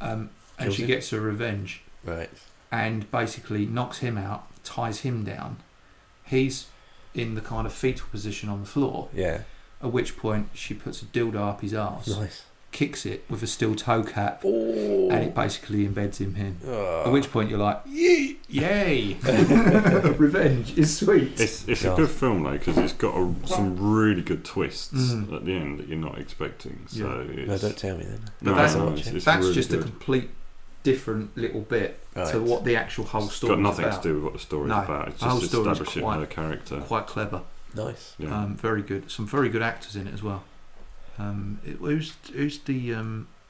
[SPEAKER 1] um, and
[SPEAKER 3] Kills
[SPEAKER 1] she
[SPEAKER 3] him.
[SPEAKER 1] gets her revenge
[SPEAKER 3] right.
[SPEAKER 1] and basically knocks him out, ties him down. He's in the kind of fetal position on the floor,
[SPEAKER 3] Yeah.
[SPEAKER 1] at which point she puts a dildo up his arse,
[SPEAKER 3] Nice.
[SPEAKER 1] kicks it with a steel toe cap,
[SPEAKER 3] Oh.
[SPEAKER 1] and it basically embeds him in.
[SPEAKER 3] Oh.
[SPEAKER 1] At which point you're like, yay, yay, revenge is sweet.
[SPEAKER 2] It's it's
[SPEAKER 3] God.
[SPEAKER 2] a good film though because it's got a, some really good twists
[SPEAKER 1] Mm.
[SPEAKER 2] at the end that you're not expecting. So it's,
[SPEAKER 3] no, don't tell me then.
[SPEAKER 1] But
[SPEAKER 2] no,
[SPEAKER 1] that's-
[SPEAKER 2] no, it's, it's
[SPEAKER 1] That's
[SPEAKER 2] really
[SPEAKER 1] just a
[SPEAKER 2] good.
[SPEAKER 1] complete different little bit
[SPEAKER 3] Right.
[SPEAKER 1] to what the actual whole
[SPEAKER 2] It's
[SPEAKER 1] story
[SPEAKER 2] got nothing
[SPEAKER 1] is about.
[SPEAKER 2] to do with what the story's
[SPEAKER 1] No,
[SPEAKER 2] about. It's
[SPEAKER 1] the whole
[SPEAKER 2] just
[SPEAKER 1] story's
[SPEAKER 2] establishing
[SPEAKER 1] quite-
[SPEAKER 2] her character.
[SPEAKER 1] Quite clever.
[SPEAKER 3] Nice.
[SPEAKER 2] Yeah.
[SPEAKER 1] Um, very good. Some very good actors in it as well. Um, it, who's who's the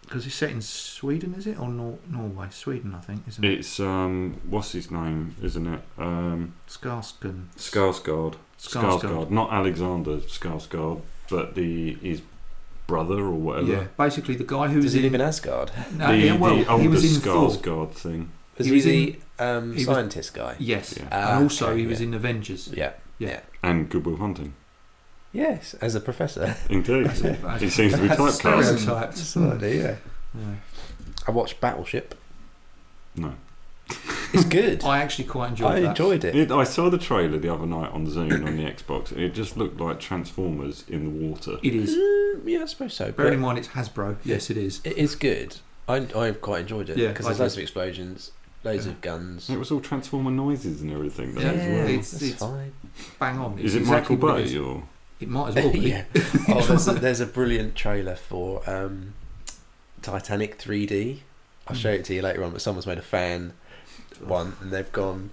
[SPEAKER 1] because it's set in Sweden, is it or Nor- Norway? Sweden, I think, isn't it?
[SPEAKER 2] it's um, what's his name, isn't it? Um,
[SPEAKER 1] Skarsgård.
[SPEAKER 2] Skarsgård. Skarsgård, not Alexander Skarsgård, but the his brother or whatever.
[SPEAKER 1] Yeah, basically the guy who
[SPEAKER 3] Does
[SPEAKER 1] was
[SPEAKER 3] he live
[SPEAKER 1] in.
[SPEAKER 3] in Asgard?
[SPEAKER 1] No,
[SPEAKER 2] the,
[SPEAKER 1] yeah, well,
[SPEAKER 2] the older
[SPEAKER 1] he was in Thor.
[SPEAKER 2] Skarsgård thing.
[SPEAKER 3] Is
[SPEAKER 1] He
[SPEAKER 3] he,
[SPEAKER 1] was
[SPEAKER 3] the um,
[SPEAKER 1] he was-
[SPEAKER 3] scientist guy?
[SPEAKER 1] Yes,
[SPEAKER 2] Yeah.
[SPEAKER 3] Ah,
[SPEAKER 1] and also
[SPEAKER 3] okay,
[SPEAKER 1] he was
[SPEAKER 3] yeah.
[SPEAKER 1] in Avengers.
[SPEAKER 3] Yeah.
[SPEAKER 2] And Good Will Hunting.
[SPEAKER 3] Yes, as a professor.
[SPEAKER 2] Indeed. he seems to be
[SPEAKER 1] That's
[SPEAKER 2] typecast.
[SPEAKER 1] stereotyped.
[SPEAKER 3] yeah.
[SPEAKER 1] Yeah.
[SPEAKER 3] I watched Battleship.
[SPEAKER 2] No.
[SPEAKER 3] It's good.
[SPEAKER 1] I actually quite enjoyed
[SPEAKER 3] I
[SPEAKER 1] that.
[SPEAKER 3] enjoyed it.
[SPEAKER 2] It, I saw the trailer the other night on Zoom on the Xbox, and it just looked like Transformers in the water.
[SPEAKER 1] It is.
[SPEAKER 3] Mm, yeah, I suppose so.
[SPEAKER 1] Bearing
[SPEAKER 3] But
[SPEAKER 1] in mind it's Hasbro. Yes, it is.
[SPEAKER 3] it is good. I, I quite enjoyed it.
[SPEAKER 1] Yeah,
[SPEAKER 3] Because
[SPEAKER 1] I
[SPEAKER 3] there's
[SPEAKER 1] did.
[SPEAKER 3] loads of explosions, loads
[SPEAKER 1] Yeah.
[SPEAKER 3] of guns.
[SPEAKER 2] It was all Transformer noises and everything. Though,
[SPEAKER 1] Yeah,
[SPEAKER 2] as well.
[SPEAKER 1] it's-
[SPEAKER 3] that's
[SPEAKER 1] it's-
[SPEAKER 3] fine.
[SPEAKER 1] Bang on.
[SPEAKER 2] Is
[SPEAKER 1] It's
[SPEAKER 2] it
[SPEAKER 1] exactly
[SPEAKER 2] Michael
[SPEAKER 1] what it is.
[SPEAKER 2] Bay or
[SPEAKER 1] It might as well be.
[SPEAKER 3] yeah. Oh, there's a, there's a brilliant trailer for um, Titanic 3D. I'll show it to you later on, but someone's made a fan one, and they've gone.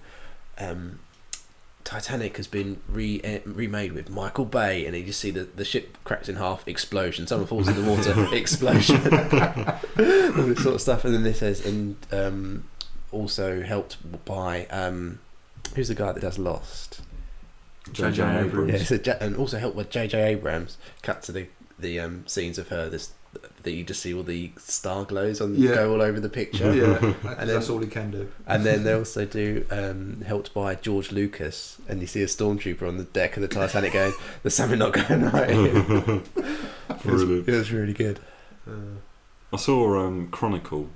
[SPEAKER 3] Um, Titanic has been re- eh, remade with Michael Bay, and you just see the, the ship cracks in half, explosion. Someone falls in the water, explosion. All this sort of stuff, and then this says, and um, also helped by um, who's the guy that does Lost?
[SPEAKER 1] J.J. Abrams.
[SPEAKER 3] Yeah, so Ja- and also helped with J.J. Abrams cut to the the um, scenes of her this that you just see all the star glows on
[SPEAKER 1] Yeah.
[SPEAKER 3] go all over the picture,
[SPEAKER 1] yeah,
[SPEAKER 3] And
[SPEAKER 1] that's
[SPEAKER 3] then-
[SPEAKER 1] all he can do.
[SPEAKER 3] and then they also do um, helped by George Lucas, and you see a stormtrooper on the deck of the Titanic going, "There's something not going right." Here. It was,
[SPEAKER 2] Brilliant.
[SPEAKER 3] it was really good.
[SPEAKER 2] I saw um, Chronicle.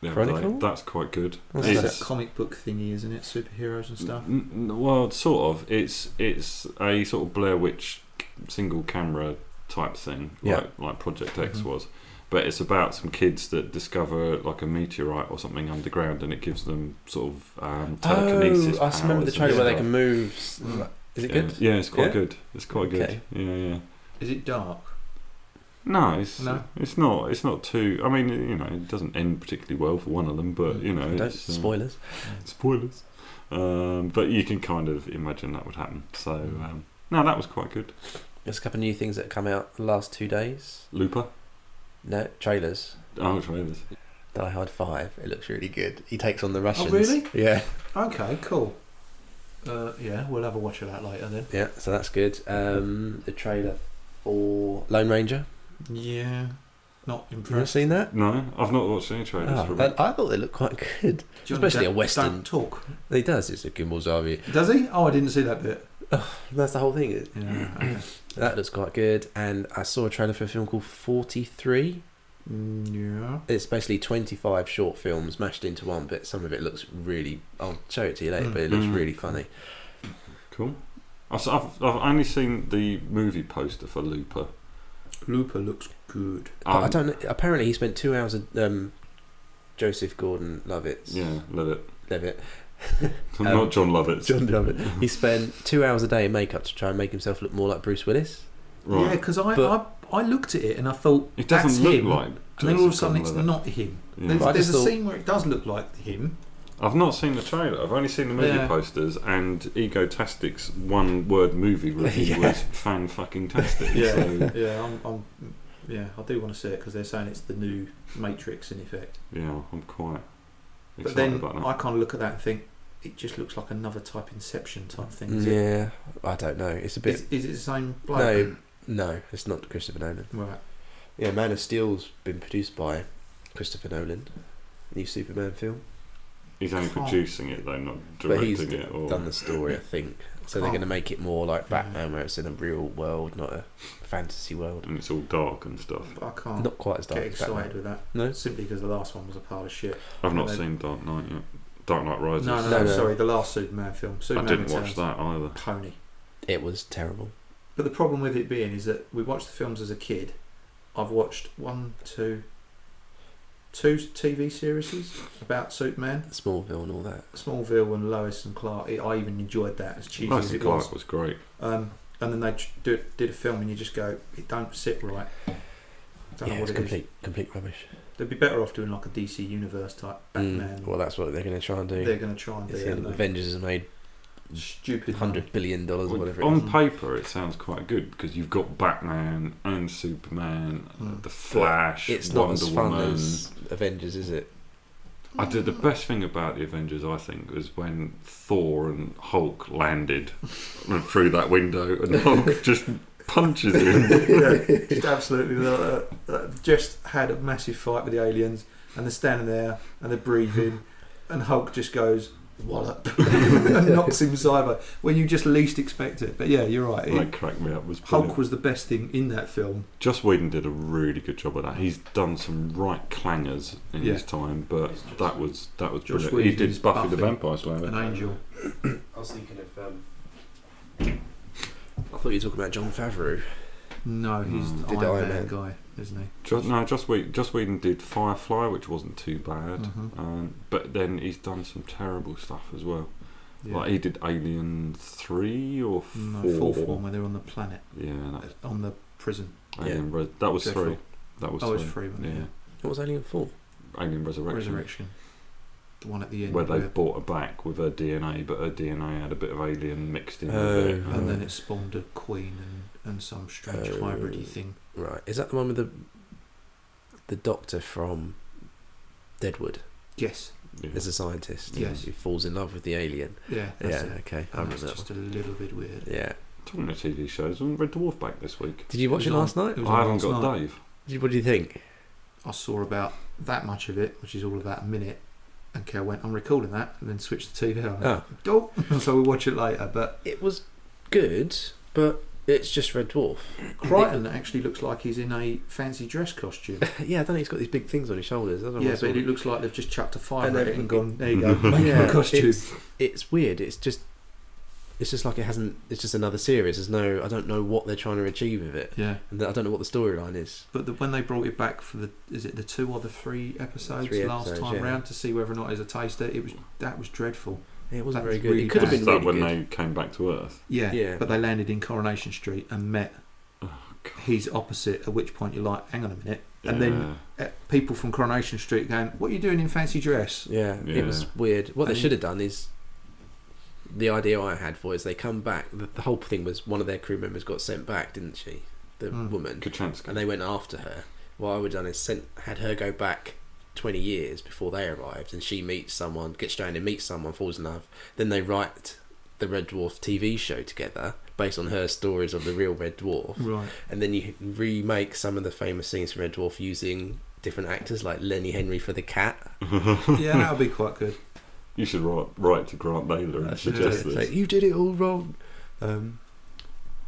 [SPEAKER 2] The other day.
[SPEAKER 3] Chronicle?
[SPEAKER 2] That's quite good.
[SPEAKER 3] What's
[SPEAKER 2] It's-
[SPEAKER 3] that?
[SPEAKER 1] It's a comic book thingy, isn't it? Superheroes and stuff.
[SPEAKER 2] N- n- well, sort of. It's it's a sort of Blair Witch c- single camera type thing, like like Project X
[SPEAKER 1] Mhm.
[SPEAKER 3] Mm-hmm.
[SPEAKER 2] was. But it's about some kids that discover like a meteorite or something underground, and it gives them sort of um, telekinesis.
[SPEAKER 3] Oh, I just remember the
[SPEAKER 2] powers and
[SPEAKER 3] trailer where they
[SPEAKER 2] stuff.
[SPEAKER 3] can move. s-
[SPEAKER 1] Mm.
[SPEAKER 3] Is it
[SPEAKER 2] Yeah,
[SPEAKER 3] good?
[SPEAKER 2] Yeah, it's quite
[SPEAKER 3] Yeah?
[SPEAKER 2] good. It's quite good.
[SPEAKER 3] Okay.
[SPEAKER 2] Yeah, yeah.
[SPEAKER 1] Is it dark?
[SPEAKER 2] No, it's
[SPEAKER 1] No?
[SPEAKER 2] it's not it's not too. I mean, you know, it doesn't end particularly well for one of them, but you know,
[SPEAKER 3] Mm. Don't
[SPEAKER 2] it's, um,
[SPEAKER 3] spoilers.
[SPEAKER 2] spoilers. Um, but you can kind of imagine that would happen. So um, no, that was quite good.
[SPEAKER 3] There's a couple of new things that have come out the last two days.
[SPEAKER 2] Looper.
[SPEAKER 3] No trailers.
[SPEAKER 2] Oh, trailers.
[SPEAKER 3] Die Hard Five. It looks really good. He takes on the Russians.
[SPEAKER 1] really?
[SPEAKER 3] Yeah.
[SPEAKER 1] Okay, cool. Uh, yeah, we'll have a watch of that later then.
[SPEAKER 3] Yeah. So that's good. Um, the trailer for Lone Ranger.
[SPEAKER 1] Yeah, not
[SPEAKER 3] Have you
[SPEAKER 1] impressed.
[SPEAKER 3] seen that?
[SPEAKER 2] No, I've not watched any trailers.
[SPEAKER 3] Oh,
[SPEAKER 2] for
[SPEAKER 3] that- I thought they looked quite good.
[SPEAKER 1] Johnny
[SPEAKER 3] Especially
[SPEAKER 1] don't-
[SPEAKER 3] a Western.
[SPEAKER 1] Don't talk.
[SPEAKER 3] He does. It's a Gimbal's RV.
[SPEAKER 1] Does he? Oh, I didn't see that bit.
[SPEAKER 3] That's the whole thing. It-
[SPEAKER 1] Yeah. okay.
[SPEAKER 3] That looks quite good. And I saw a trailer for a film called Forty Three.
[SPEAKER 1] Mm, yeah.
[SPEAKER 3] It's basically 25 short films mashed into one, but some of it looks really. I'll show it to you later, but it looks
[SPEAKER 2] Mm.
[SPEAKER 3] really funny.
[SPEAKER 2] Cool. I've, I've, I've only seen the movie poster for Looper.
[SPEAKER 1] Looper looks good.
[SPEAKER 3] But I
[SPEAKER 2] Um,
[SPEAKER 3] don't. know- Apparently, he spent two hours. At, um, Joseph Gordon Levitt's
[SPEAKER 2] Yeah, love it.
[SPEAKER 3] Levitt.
[SPEAKER 2] not John Lovett.
[SPEAKER 3] John Levitt. He spent two hours a day in makeup to try and make himself look more like Bruce Willis.
[SPEAKER 1] Yeah, 'cause
[SPEAKER 2] Right.
[SPEAKER 1] because I,
[SPEAKER 3] But-
[SPEAKER 1] I I looked at it and I thought
[SPEAKER 2] it doesn't
[SPEAKER 1] that's
[SPEAKER 2] look
[SPEAKER 1] him.
[SPEAKER 2] like.
[SPEAKER 1] and then all of a
[SPEAKER 2] Joseph
[SPEAKER 1] sudden it's
[SPEAKER 2] Gordon-Levitt.
[SPEAKER 1] not him.
[SPEAKER 2] Yeah.
[SPEAKER 1] There's,
[SPEAKER 3] But I
[SPEAKER 1] there's
[SPEAKER 3] just
[SPEAKER 1] a
[SPEAKER 3] thought-
[SPEAKER 1] scene where it does look like him.
[SPEAKER 2] I've not seen the trailer. I've only seen the movie
[SPEAKER 1] Yeah.
[SPEAKER 2] posters, and Egotastic's one-word movie review
[SPEAKER 3] Yeah.
[SPEAKER 2] was fan fucking tastic.
[SPEAKER 1] Yeah,
[SPEAKER 2] So,
[SPEAKER 1] yeah, I'm, I'm, yeah, I do want to see it because they're saying it's the new Matrix in effect.
[SPEAKER 2] yeah, I'm quite excited
[SPEAKER 1] But then
[SPEAKER 2] about that.
[SPEAKER 1] I kind of look at that and think it just looks like another type Inception type thing. Is, it,
[SPEAKER 3] Yeah, I don't know. It's a bit.
[SPEAKER 1] is, is it the same bloke?
[SPEAKER 3] no, no, it's not Christopher Nolan.
[SPEAKER 1] Right.
[SPEAKER 3] Yeah, Man of Steel's been produced by Christopher Nolan, new Superman film.
[SPEAKER 2] He's only
[SPEAKER 1] Can't.
[SPEAKER 2] producing it though, not
[SPEAKER 3] But he's
[SPEAKER 2] directing it. Or
[SPEAKER 3] Done the story, I think. So they're
[SPEAKER 1] Can't-
[SPEAKER 3] going to make it more like
[SPEAKER 1] Yeah.
[SPEAKER 3] Batman, where it's in a real world, not a fantasy world.
[SPEAKER 2] and it's all dark and stuff.
[SPEAKER 1] I can't
[SPEAKER 3] Not quite as dark.
[SPEAKER 1] Oh. get
[SPEAKER 3] as Batman.
[SPEAKER 1] excited with that.
[SPEAKER 3] No?
[SPEAKER 1] Simply because the last one was a pile of shit.
[SPEAKER 2] I've not
[SPEAKER 1] No.
[SPEAKER 2] seen Dark Knight yet. Dark Knight
[SPEAKER 1] No,
[SPEAKER 2] Rises.
[SPEAKER 1] no,
[SPEAKER 3] No,
[SPEAKER 1] no,
[SPEAKER 3] no.
[SPEAKER 1] sorry, the last Superman film.
[SPEAKER 2] I
[SPEAKER 1] Superman
[SPEAKER 2] didn't
[SPEAKER 1] Returns,
[SPEAKER 2] watch that either.
[SPEAKER 1] Pony.
[SPEAKER 3] It was terrible.
[SPEAKER 1] But the problem with it being is that we watched the films as a kid. I've watched one, two, two TV series about Superman,
[SPEAKER 3] Smallville and all that.
[SPEAKER 1] Smallville and Lois and Clark. I even enjoyed that as cheesy
[SPEAKER 2] Lois
[SPEAKER 1] as
[SPEAKER 2] and
[SPEAKER 1] it
[SPEAKER 2] Clark
[SPEAKER 1] was.
[SPEAKER 2] was. great.
[SPEAKER 1] Um, and then they tr- do, did a film, and you just go, it don't sit right. Don't
[SPEAKER 3] yeah,
[SPEAKER 1] know what
[SPEAKER 3] it's
[SPEAKER 1] it
[SPEAKER 3] complete, complete rubbish.
[SPEAKER 1] is. They'd be better off doing like a DC universe type Batman.
[SPEAKER 3] Mm, well, that's what they're going to try and do.
[SPEAKER 1] They're going to try and do
[SPEAKER 3] It's
[SPEAKER 1] it.
[SPEAKER 3] the-
[SPEAKER 1] aren't they?
[SPEAKER 3] Avengers has made
[SPEAKER 1] Stupid
[SPEAKER 3] hundred billion dollars or whatever. It is.
[SPEAKER 2] On paper, it sounds quite good because you've got Batman and Superman, uh,
[SPEAKER 1] Mm.
[SPEAKER 2] the Flash,
[SPEAKER 3] It's not
[SPEAKER 2] Wonder
[SPEAKER 3] as fun
[SPEAKER 2] Woman.
[SPEAKER 3] as Avengers, is it?
[SPEAKER 2] I did the best thing about the Avengers, I think, was when Thor and Hulk landed and through that window, and Hulk just punches him.
[SPEAKER 1] yeah, just absolutely. They're, uh, uh, just had a massive fight with the aliens, and they're standing there and they're breathing, and Hulk just goes wallop and knocks him cyber when you just least expect it. But yeah, you're right. It-
[SPEAKER 2] That cracked me up. Was brilliant.
[SPEAKER 1] Hulk was the best thing in that film.
[SPEAKER 2] Joss Whedon did a really good job of that. He's done some right clangers in his
[SPEAKER 1] Yeah.
[SPEAKER 2] time, but
[SPEAKER 4] It's Joss-
[SPEAKER 2] that was that was
[SPEAKER 1] Joss
[SPEAKER 2] brilliant.
[SPEAKER 1] Whedon
[SPEAKER 2] he did
[SPEAKER 1] is
[SPEAKER 2] Buffy, the
[SPEAKER 1] Buffy.
[SPEAKER 2] Vampire Slayer.
[SPEAKER 1] An angel.
[SPEAKER 4] I was thinking of. Um,
[SPEAKER 3] I thought you were talking about John Favreau.
[SPEAKER 1] No, he's
[SPEAKER 2] Mm.
[SPEAKER 1] the
[SPEAKER 3] Did
[SPEAKER 1] Iron
[SPEAKER 3] Iron
[SPEAKER 1] Man guy, isn't
[SPEAKER 2] Joss, no, Joss Whedon, Joss Whedon did Firefly, which wasn't too bad.
[SPEAKER 1] Mhm.
[SPEAKER 2] Um, but then he's done some terrible stuff as well.
[SPEAKER 1] he? Yeah.
[SPEAKER 2] Like he did Alien three or four.
[SPEAKER 1] no, fourth one where they're on the planet,
[SPEAKER 2] Yeah, that was
[SPEAKER 1] on the prison.
[SPEAKER 2] Alien. Res- that was
[SPEAKER 1] Dreadful.
[SPEAKER 2] three. That was
[SPEAKER 1] Oh, it was
[SPEAKER 2] three.
[SPEAKER 1] three, wasn't it?
[SPEAKER 2] Yeah.
[SPEAKER 3] What was Alien Four?
[SPEAKER 2] Alien Resurrection,
[SPEAKER 1] Resurrection. The one at the end.
[SPEAKER 2] where they bought her back with her DNA, but her DNA had a bit of alien mixed in with it. Um,
[SPEAKER 3] Oh,
[SPEAKER 1] and then
[SPEAKER 3] Right.
[SPEAKER 1] it spawned a queen and, and some strange
[SPEAKER 3] Oh.
[SPEAKER 1] hybridy thing.
[SPEAKER 3] Right, is that the one with the the doctor from Deadwood?
[SPEAKER 1] Yes,
[SPEAKER 2] Yeah.
[SPEAKER 3] There's a scientist.
[SPEAKER 1] Yes.
[SPEAKER 3] Who falls in love with the alien.
[SPEAKER 1] yeah, that's
[SPEAKER 3] yeah.
[SPEAKER 1] it.
[SPEAKER 3] Okay. I
[SPEAKER 1] And
[SPEAKER 3] remember
[SPEAKER 1] that's
[SPEAKER 3] that.
[SPEAKER 1] just a little bit
[SPEAKER 3] one.
[SPEAKER 1] weird.
[SPEAKER 3] Yeah.
[SPEAKER 2] Talking of TV shows, wasn't Red Dwarf back this week?
[SPEAKER 3] Did you watch it
[SPEAKER 1] was on-
[SPEAKER 3] last night?
[SPEAKER 1] it was
[SPEAKER 2] I
[SPEAKER 1] on
[SPEAKER 2] haven't
[SPEAKER 1] last
[SPEAKER 2] got
[SPEAKER 1] night.
[SPEAKER 2] Dave.
[SPEAKER 3] Did you- What do you think?
[SPEAKER 1] I saw about that much of it, which is all about a minute. And Kel went, I'm recording that, and then switched the TV on.
[SPEAKER 3] Oh,
[SPEAKER 1] Oh. so we'll watch it later. But
[SPEAKER 3] it was good, but it's just Red Dwarf.
[SPEAKER 1] Crichton actually looks like he's in a fancy dress costume.
[SPEAKER 3] yeah, I don't know. He's got these big things on his shoulders. I don't know
[SPEAKER 1] yeah,
[SPEAKER 3] what's
[SPEAKER 1] but
[SPEAKER 3] all-
[SPEAKER 1] it looks like they've just chucked a fire
[SPEAKER 3] And
[SPEAKER 1] at it
[SPEAKER 3] they've-
[SPEAKER 1] and gone, there you go, make
[SPEAKER 3] Yeah,
[SPEAKER 1] a costume.
[SPEAKER 3] It's, it's weird. It's just. It's just like it hasn't. It's just another series. There's no. I don't know what they're trying to achieve with it,
[SPEAKER 1] Yeah,
[SPEAKER 3] and I don't know what the storyline is.
[SPEAKER 1] but the, when they brought it back for the is it the two or the three episodes
[SPEAKER 3] Three
[SPEAKER 1] last
[SPEAKER 3] episodes,
[SPEAKER 1] time
[SPEAKER 3] yeah.
[SPEAKER 1] round to see whether or not it's a taster, it was that was dreadful.
[SPEAKER 3] Yeah, it wasn't
[SPEAKER 1] That's
[SPEAKER 3] very good.
[SPEAKER 1] really
[SPEAKER 3] it could have
[SPEAKER 1] bad.
[SPEAKER 2] Was
[SPEAKER 3] been
[SPEAKER 2] that
[SPEAKER 3] really
[SPEAKER 2] when
[SPEAKER 3] good.
[SPEAKER 2] they came back to Earth?
[SPEAKER 1] Yeah,
[SPEAKER 3] Yeah. Oh,
[SPEAKER 1] But they landed in Coronation Street and met. He's opposite. At which point you're like, hang on a minute. And then uh, people from Coronation Street going, "What are you doing in fancy dress?"
[SPEAKER 3] Yeah, it was
[SPEAKER 2] Yeah.
[SPEAKER 3] weird. What
[SPEAKER 1] And-
[SPEAKER 3] they should have done is the idea I had for is they come back. The, the whole thing was one of their crew members got sent back, didn't she? The
[SPEAKER 1] Mm.
[SPEAKER 3] woman,
[SPEAKER 2] Kachansky.
[SPEAKER 3] and they went after her. What I would have done is sent had her go back twenty years before they arrived, and she meets someone, gets stranded, meets someone, falls in love. Then they write the Red Dwarf TV show together based on her stories of the real Red Dwarf
[SPEAKER 1] Right.
[SPEAKER 3] and then you remake some of the famous scenes from Red Dwarf using different actors like Lenny Henry for the cat.
[SPEAKER 1] yeah, that would be quite good.
[SPEAKER 2] you should write, write to Grant Baylor and
[SPEAKER 3] That's what
[SPEAKER 2] suggest
[SPEAKER 3] it is.
[SPEAKER 2] this.
[SPEAKER 3] Like, you did it all wrong. Um,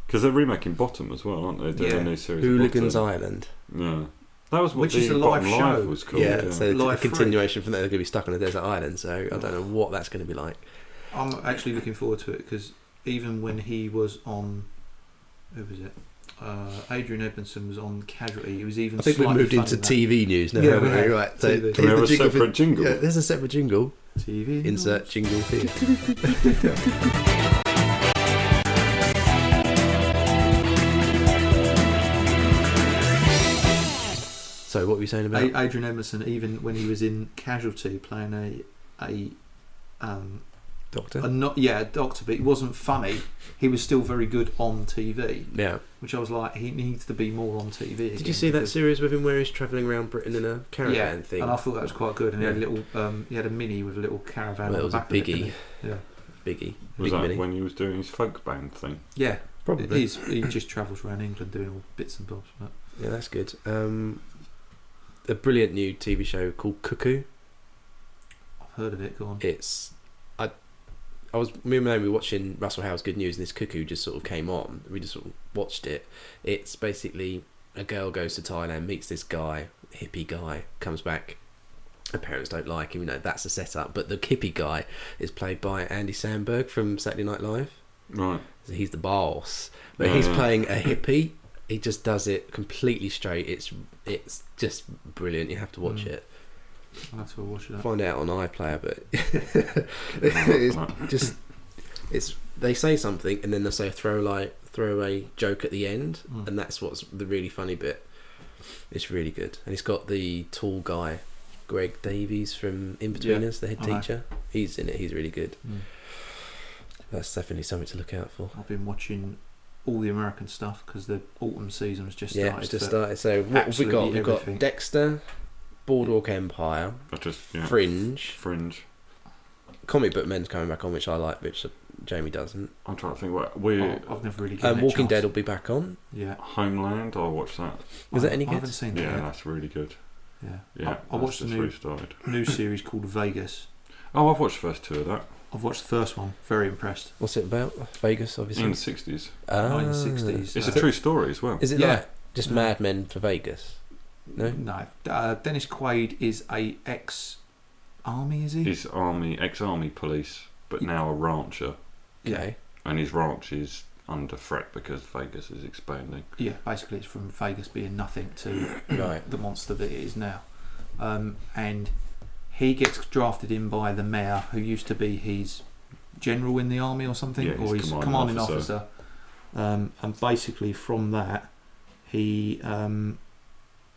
[SPEAKER 2] Because they're remaking Bottom as well, aren't they? They're
[SPEAKER 1] Yeah.
[SPEAKER 2] a new series. of
[SPEAKER 3] Hooligans
[SPEAKER 2] Bottom.
[SPEAKER 3] Island.
[SPEAKER 2] Yeah. That was what
[SPEAKER 1] Which
[SPEAKER 2] the
[SPEAKER 1] is a live
[SPEAKER 2] Bottom
[SPEAKER 1] show.
[SPEAKER 2] Live was called.
[SPEAKER 3] yeah, so the
[SPEAKER 1] Live free.
[SPEAKER 3] continuation from that, they're going to be stuck on a desert island. So I don't know what that's going to be like.
[SPEAKER 1] I'm actually looking forward to it because even when he was on, who was it? Uh, Adrian Edmondson was on Casualty. He was even.
[SPEAKER 3] I think we've
[SPEAKER 1] slightly
[SPEAKER 3] moved into
[SPEAKER 1] funnier
[SPEAKER 3] TV news now.
[SPEAKER 1] Yeah,
[SPEAKER 3] haven't
[SPEAKER 1] we
[SPEAKER 3] we?
[SPEAKER 1] have.
[SPEAKER 3] right. So
[SPEAKER 1] TV.
[SPEAKER 3] here's
[SPEAKER 2] Can we have
[SPEAKER 3] the
[SPEAKER 2] a
[SPEAKER 3] jingle for-
[SPEAKER 2] separate jingle?
[SPEAKER 3] Yeah, there's a separate jingle.
[SPEAKER 1] than TV.
[SPEAKER 3] Insert jingle here. so what were you saying about?
[SPEAKER 1] A- Adrian Edmondson, even when he was in Casualty, playing a a um,
[SPEAKER 3] Doctor.
[SPEAKER 1] a not yeah a doctor, but he wasn't funny. He was still very good on TV,
[SPEAKER 3] yeah.
[SPEAKER 1] which I was like, he needs to be more on TV.
[SPEAKER 3] Did you
[SPEAKER 1] again,
[SPEAKER 3] see that
[SPEAKER 1] because-
[SPEAKER 3] series with him where he's travelling around Britain in a caravan
[SPEAKER 1] yeah,
[SPEAKER 3] thing?
[SPEAKER 1] and I thought that was quite good. And he had a
[SPEAKER 3] Yeah.
[SPEAKER 1] little, um, he had a mini with a little caravan.
[SPEAKER 3] Well,
[SPEAKER 1] on
[SPEAKER 3] it was
[SPEAKER 1] the
[SPEAKER 3] a
[SPEAKER 1] back of it, didn't
[SPEAKER 3] biggie,
[SPEAKER 1] he? Yeah,
[SPEAKER 3] biggie,
[SPEAKER 2] Was
[SPEAKER 3] big
[SPEAKER 2] that
[SPEAKER 3] mini.
[SPEAKER 2] when he was doing his folk band thing?
[SPEAKER 1] yeah. It
[SPEAKER 3] Probably.
[SPEAKER 1] is. He just travels around England doing all bits and bobs. But
[SPEAKER 3] Yeah, that's good. Um, a brilliant new TV show called Cuckoo.
[SPEAKER 1] I've heard of it. Go on.
[SPEAKER 3] It's I I was me and Naomi were watching Russell Howe's Good News and this cuckoo just sort of came on. We just sort of watched it. It's basically a girl goes to Thailand, meets this guy, hippie guy, comes back. Her parents don't like him, you know, that's the setup. But the hippie guy is played by Andy Sandberg from Saturday Night Live.
[SPEAKER 2] Right.
[SPEAKER 3] So he's the boss. But he's
[SPEAKER 2] Yeah.
[SPEAKER 3] playing a hippie. He just does it completely straight. It's it's just brilliant. You have to watch
[SPEAKER 1] Mm.
[SPEAKER 3] it.
[SPEAKER 1] I'll have to watch it. Up.
[SPEAKER 3] Find out on iPlayer, but
[SPEAKER 2] Right,
[SPEAKER 3] it's
[SPEAKER 2] right.
[SPEAKER 3] just it's they say something and then they say throw like throw a joke at the end
[SPEAKER 1] Mm.
[SPEAKER 3] and that's what's the really funny bit it's really good and it's got the tall guy greg davies from in between
[SPEAKER 1] Yeah,
[SPEAKER 3] us the head
[SPEAKER 1] I know.
[SPEAKER 3] teacher he's in it he's really good
[SPEAKER 1] Mm.
[SPEAKER 3] that's definitely something to look out for
[SPEAKER 1] I've been watching all the American stuff because the autumn season has just
[SPEAKER 3] yeah
[SPEAKER 1] started.
[SPEAKER 3] it's just
[SPEAKER 1] but
[SPEAKER 3] started so what have we got
[SPEAKER 1] absolutely
[SPEAKER 3] we've got
[SPEAKER 1] everything.
[SPEAKER 3] dexter boardwalk empire
[SPEAKER 2] I just yeah.
[SPEAKER 3] fringe
[SPEAKER 2] Fringe.
[SPEAKER 3] comic book men's coming back on which i like which jamie doesn't
[SPEAKER 2] I'm trying to think. What we
[SPEAKER 1] I- I've never really. Given
[SPEAKER 3] um,
[SPEAKER 1] it a
[SPEAKER 3] walking
[SPEAKER 1] chance.
[SPEAKER 3] dead will be back on
[SPEAKER 1] Yeah.
[SPEAKER 2] Homeland. I watched that.
[SPEAKER 3] Was
[SPEAKER 1] I-
[SPEAKER 3] that any
[SPEAKER 1] I haven't
[SPEAKER 3] good?
[SPEAKER 1] seen that.
[SPEAKER 2] Yeah,
[SPEAKER 1] yet.
[SPEAKER 2] that's really good.
[SPEAKER 1] Yeah.
[SPEAKER 2] Yeah,
[SPEAKER 1] I, I watched the
[SPEAKER 2] that's just
[SPEAKER 1] new
[SPEAKER 2] restarted.
[SPEAKER 1] new series called Vegas.
[SPEAKER 2] Oh, I've watched the first two of that
[SPEAKER 1] I've watched the first one. Very impressed.
[SPEAKER 3] what's it about vegas obviously
[SPEAKER 2] in the sixties.
[SPEAKER 3] Ah.
[SPEAKER 1] 1960s.
[SPEAKER 2] It's
[SPEAKER 1] So-
[SPEAKER 2] a true story as well.
[SPEAKER 3] Is it
[SPEAKER 1] Yeah.
[SPEAKER 3] like just
[SPEAKER 1] Yeah.
[SPEAKER 3] Mad Men for Vegas? No?
[SPEAKER 1] No. Uh, Dennis Quaid is a ex army. Is he?
[SPEAKER 2] He's army, ex-army police, but now a rancher,
[SPEAKER 3] Okay.
[SPEAKER 2] and his ranch is under threat because Vegas is expanding.
[SPEAKER 1] yeah. Basically, it's from Vegas being nothing to
[SPEAKER 3] Right.
[SPEAKER 1] the monster that it is now. Um, and he gets drafted in by the mayor, who used to be his general in the army or something,
[SPEAKER 2] Yeah,
[SPEAKER 1] or
[SPEAKER 2] his
[SPEAKER 1] his commanding,
[SPEAKER 2] commanding
[SPEAKER 1] officer.
[SPEAKER 2] officer.
[SPEAKER 1] Um, and basically, from that, he um,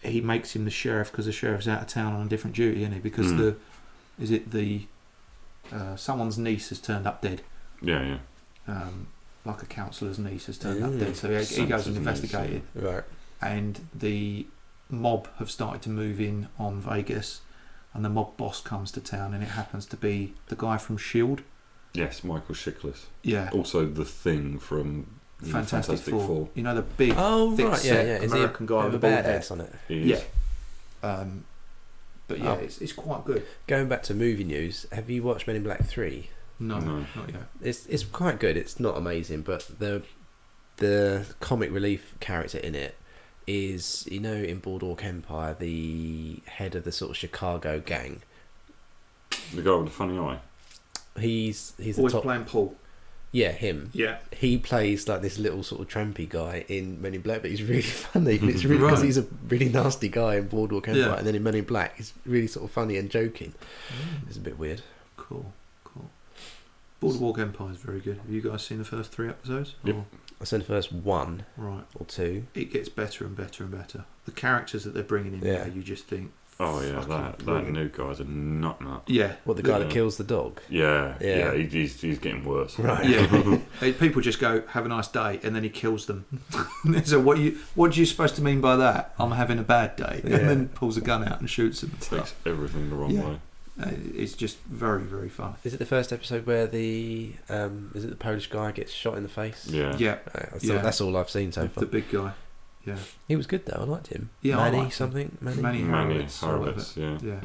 [SPEAKER 1] he makes him the sheriff because the sheriff's out of town on a different duty, isn't he? Because
[SPEAKER 2] Mm.
[SPEAKER 1] the is it the uh, someone's niece has turned up dead,
[SPEAKER 2] Yeah, yeah.
[SPEAKER 1] um, like a councillor's niece has turned up
[SPEAKER 3] Mm.
[SPEAKER 1] dead. So he, he goes and
[SPEAKER 2] Something's niece,
[SPEAKER 1] investigates
[SPEAKER 2] yeah.
[SPEAKER 1] it
[SPEAKER 3] Right.
[SPEAKER 1] and the mob have started to move in on Vegas, and the mob boss comes to town, and it happens to be the guy from Shield.
[SPEAKER 2] Yes, Michael Shiklis.
[SPEAKER 1] Yeah,
[SPEAKER 2] Also, the thing from the
[SPEAKER 1] Fantastic, Four. You know the big
[SPEAKER 3] Oh
[SPEAKER 1] thick
[SPEAKER 3] right. Yeah.
[SPEAKER 1] set
[SPEAKER 3] Yeah. Is he a,
[SPEAKER 1] American guy
[SPEAKER 3] bit
[SPEAKER 1] with
[SPEAKER 3] of
[SPEAKER 1] the
[SPEAKER 3] a
[SPEAKER 1] bald head.
[SPEAKER 3] badass on it?
[SPEAKER 2] He is.
[SPEAKER 1] Yeah. Um, but yeah,
[SPEAKER 3] Oh.
[SPEAKER 1] it's, it's quite good.
[SPEAKER 3] Going back to movie news, have you watched Men in Black Three?
[SPEAKER 1] No,
[SPEAKER 2] No.
[SPEAKER 1] not yet.
[SPEAKER 3] It's it's quite good. It's not amazing, but the the comic relief character in it is you know in Boardwalk Empire the head of the sort of Chicago gang.
[SPEAKER 2] the guy with the funny eye.
[SPEAKER 3] He's he's the
[SPEAKER 1] Always
[SPEAKER 3] top.
[SPEAKER 1] playing Paul.
[SPEAKER 3] Yeah, him.
[SPEAKER 1] Yeah,
[SPEAKER 3] he plays like this little sort of trampy guy in Men in Black, but he's really funny.
[SPEAKER 2] Mhm.
[SPEAKER 3] It's really
[SPEAKER 1] Right.
[SPEAKER 3] because he's a really nasty guy in Boardwalk Empire,
[SPEAKER 1] Yeah.
[SPEAKER 3] and then in Men in
[SPEAKER 1] Mm.
[SPEAKER 3] Black, he's really sort of funny and joking. It's a bit weird.
[SPEAKER 1] cool, cool. Boardwalk Empire is very good. Have you guys seen the first three episodes?
[SPEAKER 2] Yep.
[SPEAKER 1] Or-
[SPEAKER 3] I said first one
[SPEAKER 1] right.
[SPEAKER 3] or two.
[SPEAKER 1] It gets better and better and better. The characters that they're bringing in
[SPEAKER 3] Yeah.
[SPEAKER 1] now, you just think.
[SPEAKER 2] Oh yeah,
[SPEAKER 1] fucking
[SPEAKER 2] that that
[SPEAKER 1] brilliant.
[SPEAKER 2] new guy's a nut nut.
[SPEAKER 1] Yeah.
[SPEAKER 3] What the guy
[SPEAKER 2] Yeah.
[SPEAKER 3] that kills the dog?
[SPEAKER 2] Yeah, yeah,
[SPEAKER 3] Yeah.
[SPEAKER 2] he, he's he's getting worse.
[SPEAKER 3] Right.
[SPEAKER 1] Yeah. Hey, People just go, have a nice day, and then he kills them. so what you what are you supposed to mean by that? I'm having a bad day,
[SPEAKER 3] Yeah.
[SPEAKER 1] and then pulls a gun out and shoots them. and stuff.
[SPEAKER 2] Takes everything the wrong
[SPEAKER 1] Yeah.
[SPEAKER 2] way.
[SPEAKER 1] Uh, It's just very very fun.
[SPEAKER 3] Is it the first episode where the um, is it the Polish guy gets shot in the face?
[SPEAKER 2] Yeah.
[SPEAKER 1] Yeah,
[SPEAKER 3] Uh, that's,
[SPEAKER 1] Yeah.
[SPEAKER 3] all, that's all I've seen so far.
[SPEAKER 1] the big guy. Yeah,
[SPEAKER 3] He was good though. I liked him.
[SPEAKER 1] Yeah, I
[SPEAKER 3] Manny
[SPEAKER 1] liked him.
[SPEAKER 3] something. Manny.
[SPEAKER 1] Manny.
[SPEAKER 2] Manny
[SPEAKER 1] Horowitz, or
[SPEAKER 2] Horowitz, yeah.
[SPEAKER 1] yeah,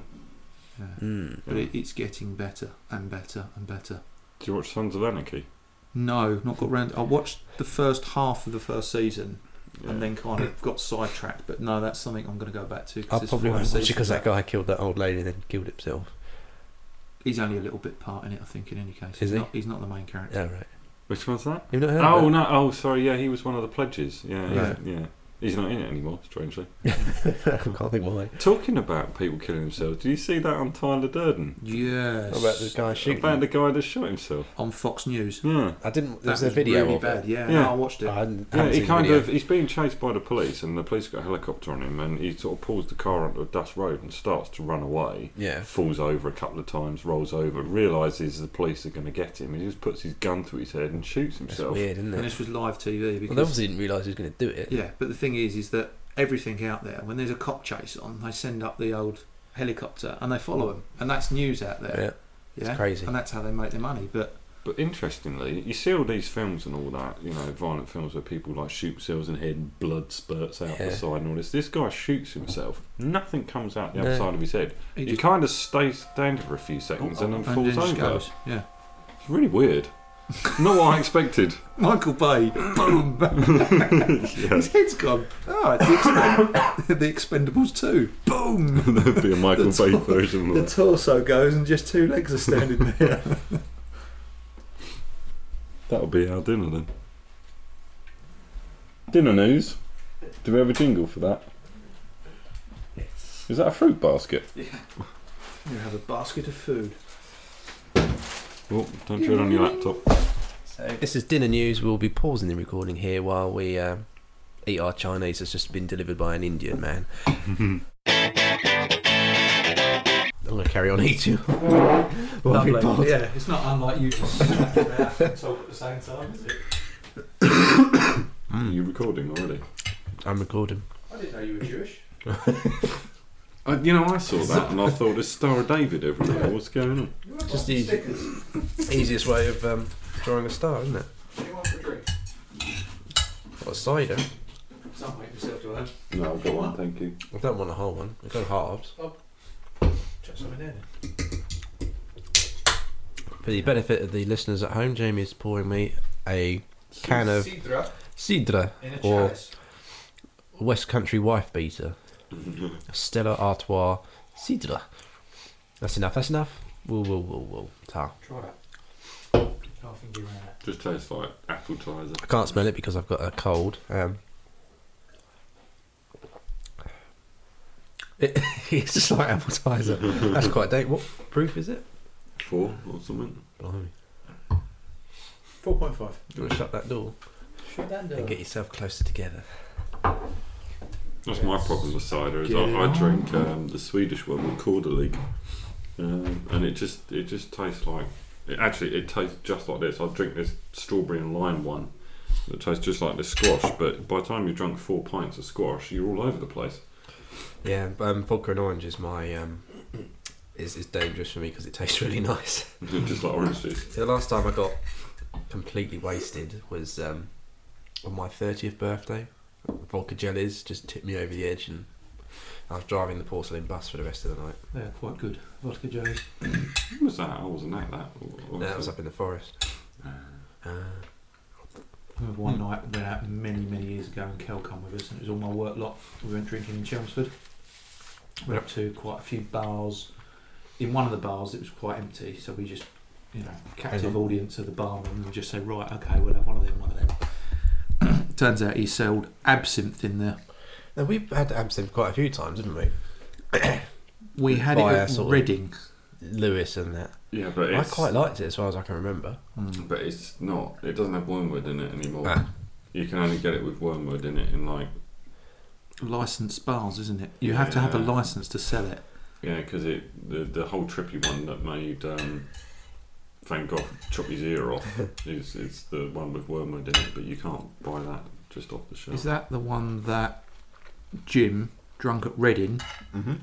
[SPEAKER 1] yeah.
[SPEAKER 3] Mm.
[SPEAKER 1] But it, it's getting better and better and better.
[SPEAKER 2] Do you watch Sons of Anarchy?
[SPEAKER 1] No, not got round. I watched the first half of the first season
[SPEAKER 2] Yeah.
[SPEAKER 1] and then kind of got sidetracked. But no, that's something I'm going to go back to.
[SPEAKER 3] I
[SPEAKER 1] it's
[SPEAKER 3] probably
[SPEAKER 1] five
[SPEAKER 3] won't watch it
[SPEAKER 1] seasons.
[SPEAKER 3] because that guy killed that old lady and then killed himself.
[SPEAKER 1] He's only a little bit part in it, I think. In any case,
[SPEAKER 3] Is
[SPEAKER 1] he's
[SPEAKER 3] he?
[SPEAKER 1] Not, he's not the main character.
[SPEAKER 3] Yeah, right.
[SPEAKER 2] Which one's that?
[SPEAKER 3] You've not heard
[SPEAKER 2] oh
[SPEAKER 3] of
[SPEAKER 2] no! Oh, sorry. Yeah, he was one of the pledges. Yeah,
[SPEAKER 1] Right.
[SPEAKER 2] yeah. yeah. He's not in it anymore, strangely.
[SPEAKER 3] it? I can't think why.
[SPEAKER 2] Talking about people killing themselves, do you see that on Tyler Durden?
[SPEAKER 1] Yes.
[SPEAKER 3] What about the guy shooting?
[SPEAKER 2] About the guy that shot himself.
[SPEAKER 1] On Fox News.
[SPEAKER 2] Yeah,
[SPEAKER 3] I didn't.
[SPEAKER 1] That
[SPEAKER 3] There was a video
[SPEAKER 1] really
[SPEAKER 3] of
[SPEAKER 1] bad.
[SPEAKER 3] it. Ah,
[SPEAKER 1] Yeah,
[SPEAKER 2] Yeah.
[SPEAKER 1] No, I watched it.
[SPEAKER 3] I hadn't-
[SPEAKER 2] yeah.
[SPEAKER 3] hadn't
[SPEAKER 2] He
[SPEAKER 3] seen the
[SPEAKER 2] kind
[SPEAKER 3] video.
[SPEAKER 2] of he's being chased by the police, and the police got a helicopter on him, and he sort of pulls the car onto a dust road and starts to run away.
[SPEAKER 3] Yeah.
[SPEAKER 2] Falls over a couple of times, rolls over, realizes the police are going to get him. He just puts his gun to his head and shoots
[SPEAKER 3] That's
[SPEAKER 2] himself.
[SPEAKER 3] weird, isn't
[SPEAKER 1] and
[SPEAKER 3] it?
[SPEAKER 1] this was live TV
[SPEAKER 3] Well,
[SPEAKER 1] because
[SPEAKER 3] they obviously didn't realise he was going to do it.
[SPEAKER 1] yeah. But the thing is, is that everything out there when there's a cop chase on, they send up the old helicopter and they follow him, and that's news out there.
[SPEAKER 3] Yeah. It's
[SPEAKER 1] Yeah?
[SPEAKER 3] crazy.
[SPEAKER 1] and that's how they make their money. But
[SPEAKER 2] But interestingly, you see all these films and all that, you know, violent films where people like shoot themselves in the head and blood spurts out
[SPEAKER 3] Yeah.
[SPEAKER 2] the side and all this. This guy shoots himself, nothing comes out the
[SPEAKER 3] No.
[SPEAKER 2] other side of his head.
[SPEAKER 1] he
[SPEAKER 2] He,
[SPEAKER 1] just
[SPEAKER 2] kind of stays down there for a few seconds and then falls
[SPEAKER 1] just
[SPEAKER 2] over.
[SPEAKER 1] goes, yeah.
[SPEAKER 2] It's really weird. Not what I expected.
[SPEAKER 1] Michael Bay, boom,
[SPEAKER 2] yeah,
[SPEAKER 1] his head's gone. Oh, it's the, Expend- the Expendables too. Boom.
[SPEAKER 2] that'd be a Michael
[SPEAKER 1] The
[SPEAKER 2] Bay
[SPEAKER 1] tor-
[SPEAKER 2] version.
[SPEAKER 1] The
[SPEAKER 2] Of that.
[SPEAKER 1] torso goes and just two legs are standing there.
[SPEAKER 2] That'll be our dinner then. Dinner news. Do we have a jingle for that? Is that a fruit basket?
[SPEAKER 1] you have a basket of food.
[SPEAKER 2] Oh, don't do it on your laptop.
[SPEAKER 3] So this is dinner news. We'll be pausing the recording here while we uh, eat our Chinese that's just been delivered by an Indian man. I'm gonna carry on eating. while we pause.
[SPEAKER 1] Lovely. Yeah, it's not unlike you to snap your mouth and talk at the same time, is it?
[SPEAKER 2] Are you recording already?
[SPEAKER 3] I'm recording.
[SPEAKER 1] I didn't know you were Jewish.
[SPEAKER 2] I, Uh, you know, I saw that and I thought it's Star of David everywhere. What's going on?
[SPEAKER 1] You want
[SPEAKER 3] Just easy.
[SPEAKER 1] stickers?
[SPEAKER 3] Easiest way of um, drawing a star, isn't it?
[SPEAKER 1] You want a drink?
[SPEAKER 3] Or a cider.
[SPEAKER 1] Some make yourself to home.
[SPEAKER 2] No, I've got one, thank you.
[SPEAKER 3] I don't want a whole one. I go halves.
[SPEAKER 1] Chuck something in there.
[SPEAKER 3] For the benefit of the listeners at home, Jamie is pouring me a can of
[SPEAKER 1] Sidra
[SPEAKER 3] sidra
[SPEAKER 1] in a
[SPEAKER 3] or
[SPEAKER 1] chalice.
[SPEAKER 3] West Country wife beater. Stella Artois Cidre. That's enough, that's enough. Woo, woo, woo, woo. Ta.
[SPEAKER 1] Try that. Can't think you ran out.
[SPEAKER 2] Just tastes like appetizer.
[SPEAKER 3] I can't smell it because I've got a cold. Um, it, it's just like appetizer. That's quite date. What proof is it?
[SPEAKER 2] Four or something.
[SPEAKER 3] Blimey.
[SPEAKER 1] 4.5.
[SPEAKER 3] You want to shut that door
[SPEAKER 1] Shoot that
[SPEAKER 3] and get yourself closer together.
[SPEAKER 2] That's my problem with cider. Is
[SPEAKER 1] Get it
[SPEAKER 2] I, I
[SPEAKER 1] on.
[SPEAKER 2] drink um, the Swedish one with Corderlig, um, and it just it just tastes like. It, actually, it tastes just like this. I drink this strawberry and lime one. It tastes just like this squash, but by the time you've drunk four pints of squash, you're all over the place.
[SPEAKER 3] Yeah, um, vodka and orange is my. Um, is, is dangerous for me because it tastes really nice.
[SPEAKER 2] just like orange juice.
[SPEAKER 3] So the last time I got completely wasted was um, on my 30th birthday. Vodka jellies just tipped me over the edge, and I was driving the porcelain bus for the rest of the night.
[SPEAKER 1] They're quite good. Vodka jelly.
[SPEAKER 2] When was that? I wasn't at that. Or- or
[SPEAKER 3] And that was up in the forest.
[SPEAKER 1] Ah.
[SPEAKER 3] Uh,
[SPEAKER 1] I remember one night we went out many, many years ago and Kel come with us and it was all my work lot. We went drinking in Chelmsford. Went up to quite a few bars. In one of the bars it was quite empty, so we just you know, captive
[SPEAKER 3] Hang on.
[SPEAKER 1] audience of the bar and we just say, Right, okay, we'll have one of them, one of them. Turns out he sold absinthe in there.
[SPEAKER 3] now we've had absinthe quite a few times, haven't we?
[SPEAKER 1] We had
[SPEAKER 3] Via
[SPEAKER 1] it at
[SPEAKER 3] sort of-
[SPEAKER 1] Reading
[SPEAKER 3] Lewis and that.
[SPEAKER 2] Yeah, but
[SPEAKER 3] I
[SPEAKER 2] it's,
[SPEAKER 3] quite liked it as far as I can remember.
[SPEAKER 1] Mm.
[SPEAKER 2] But it's not. It doesn't have wormwood in it anymore.
[SPEAKER 3] Ah.
[SPEAKER 2] You can only get it with wormwood in it in like
[SPEAKER 1] Licensed bars, isn't it? You have to have a
[SPEAKER 2] Yeah.
[SPEAKER 1] license to sell it.
[SPEAKER 2] yeah, because it the the whole trippy one that made um, Van Gogh chop his ear off is is the one with wormwood in it. But you can't buy that just off the shelf.
[SPEAKER 1] Is that the one that Jim drunk at Reading
[SPEAKER 2] Mm-hmm.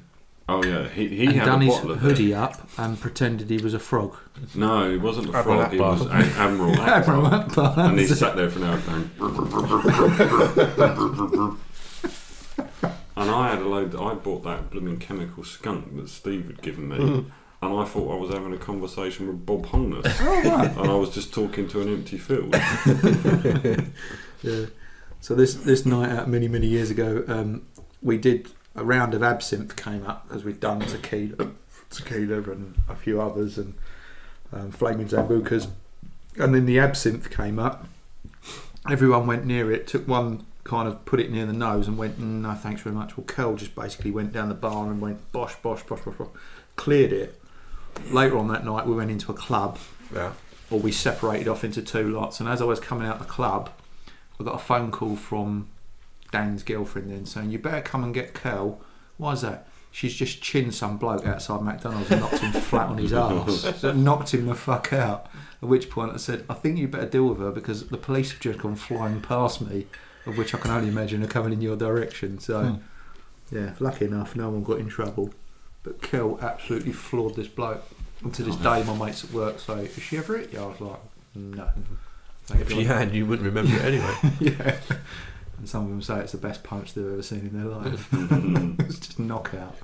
[SPEAKER 2] Oh yeah, he he
[SPEAKER 1] and
[SPEAKER 2] had
[SPEAKER 1] done
[SPEAKER 2] a
[SPEAKER 1] his
[SPEAKER 2] bottle of it.
[SPEAKER 1] hoodie up and pretended he was a frog?
[SPEAKER 2] No, it wasn't the
[SPEAKER 3] Admiral
[SPEAKER 2] frog. It was a-
[SPEAKER 3] Akbar.
[SPEAKER 2] Admiral Akbar.
[SPEAKER 1] Admiral Akbar,
[SPEAKER 2] And he
[SPEAKER 1] that's
[SPEAKER 2] sat there for an hour going. and I had a load. I bought that blooming chemical skunk that Steve had given me. And I thought I was having a conversation with Bob Holness, and I was just talking to an empty field.
[SPEAKER 1] Yeah. So this this night out many many years ago, um, we did a round of absinthe came up because we'd done tequila, tequila and a few others and um, flaming zambucas, and then the absinthe came up. Everyone went near it, took one kind of put it near the nose and went "Mm, no thanks very much. Well, Kel just basically went down the bar and went bosh bosh bosh bosh, bosh cleared it. Later on that night, we went into a club
[SPEAKER 3] Yeah.
[SPEAKER 1] or we separated off into two lots. And as I was coming out the club, I got a phone call from Dan's girlfriend then saying, "You better come and get Kel." Why's that? She's just chinned some bloke outside McDonald's and knocked him flat on his arse. So it knocked him the fuck out. At which point I said, "I think you better deal with her because the police have just gone flying past me." Of which I can only imagine are coming in your direction. So,
[SPEAKER 3] Hmm.
[SPEAKER 1] yeah, lucky enough, no one got in trouble. But Kel absolutely floored this bloke. And to this
[SPEAKER 3] Oh,
[SPEAKER 1] day, my mates at work say, Is she ever it? Yeah, I was like, No. Thank
[SPEAKER 3] If
[SPEAKER 1] God.
[SPEAKER 3] you had, you wouldn't remember it anyway.
[SPEAKER 1] yeah. And some of them say it's the best punch they've ever seen in their life.
[SPEAKER 2] Mm-hmm.
[SPEAKER 1] it's just knockout.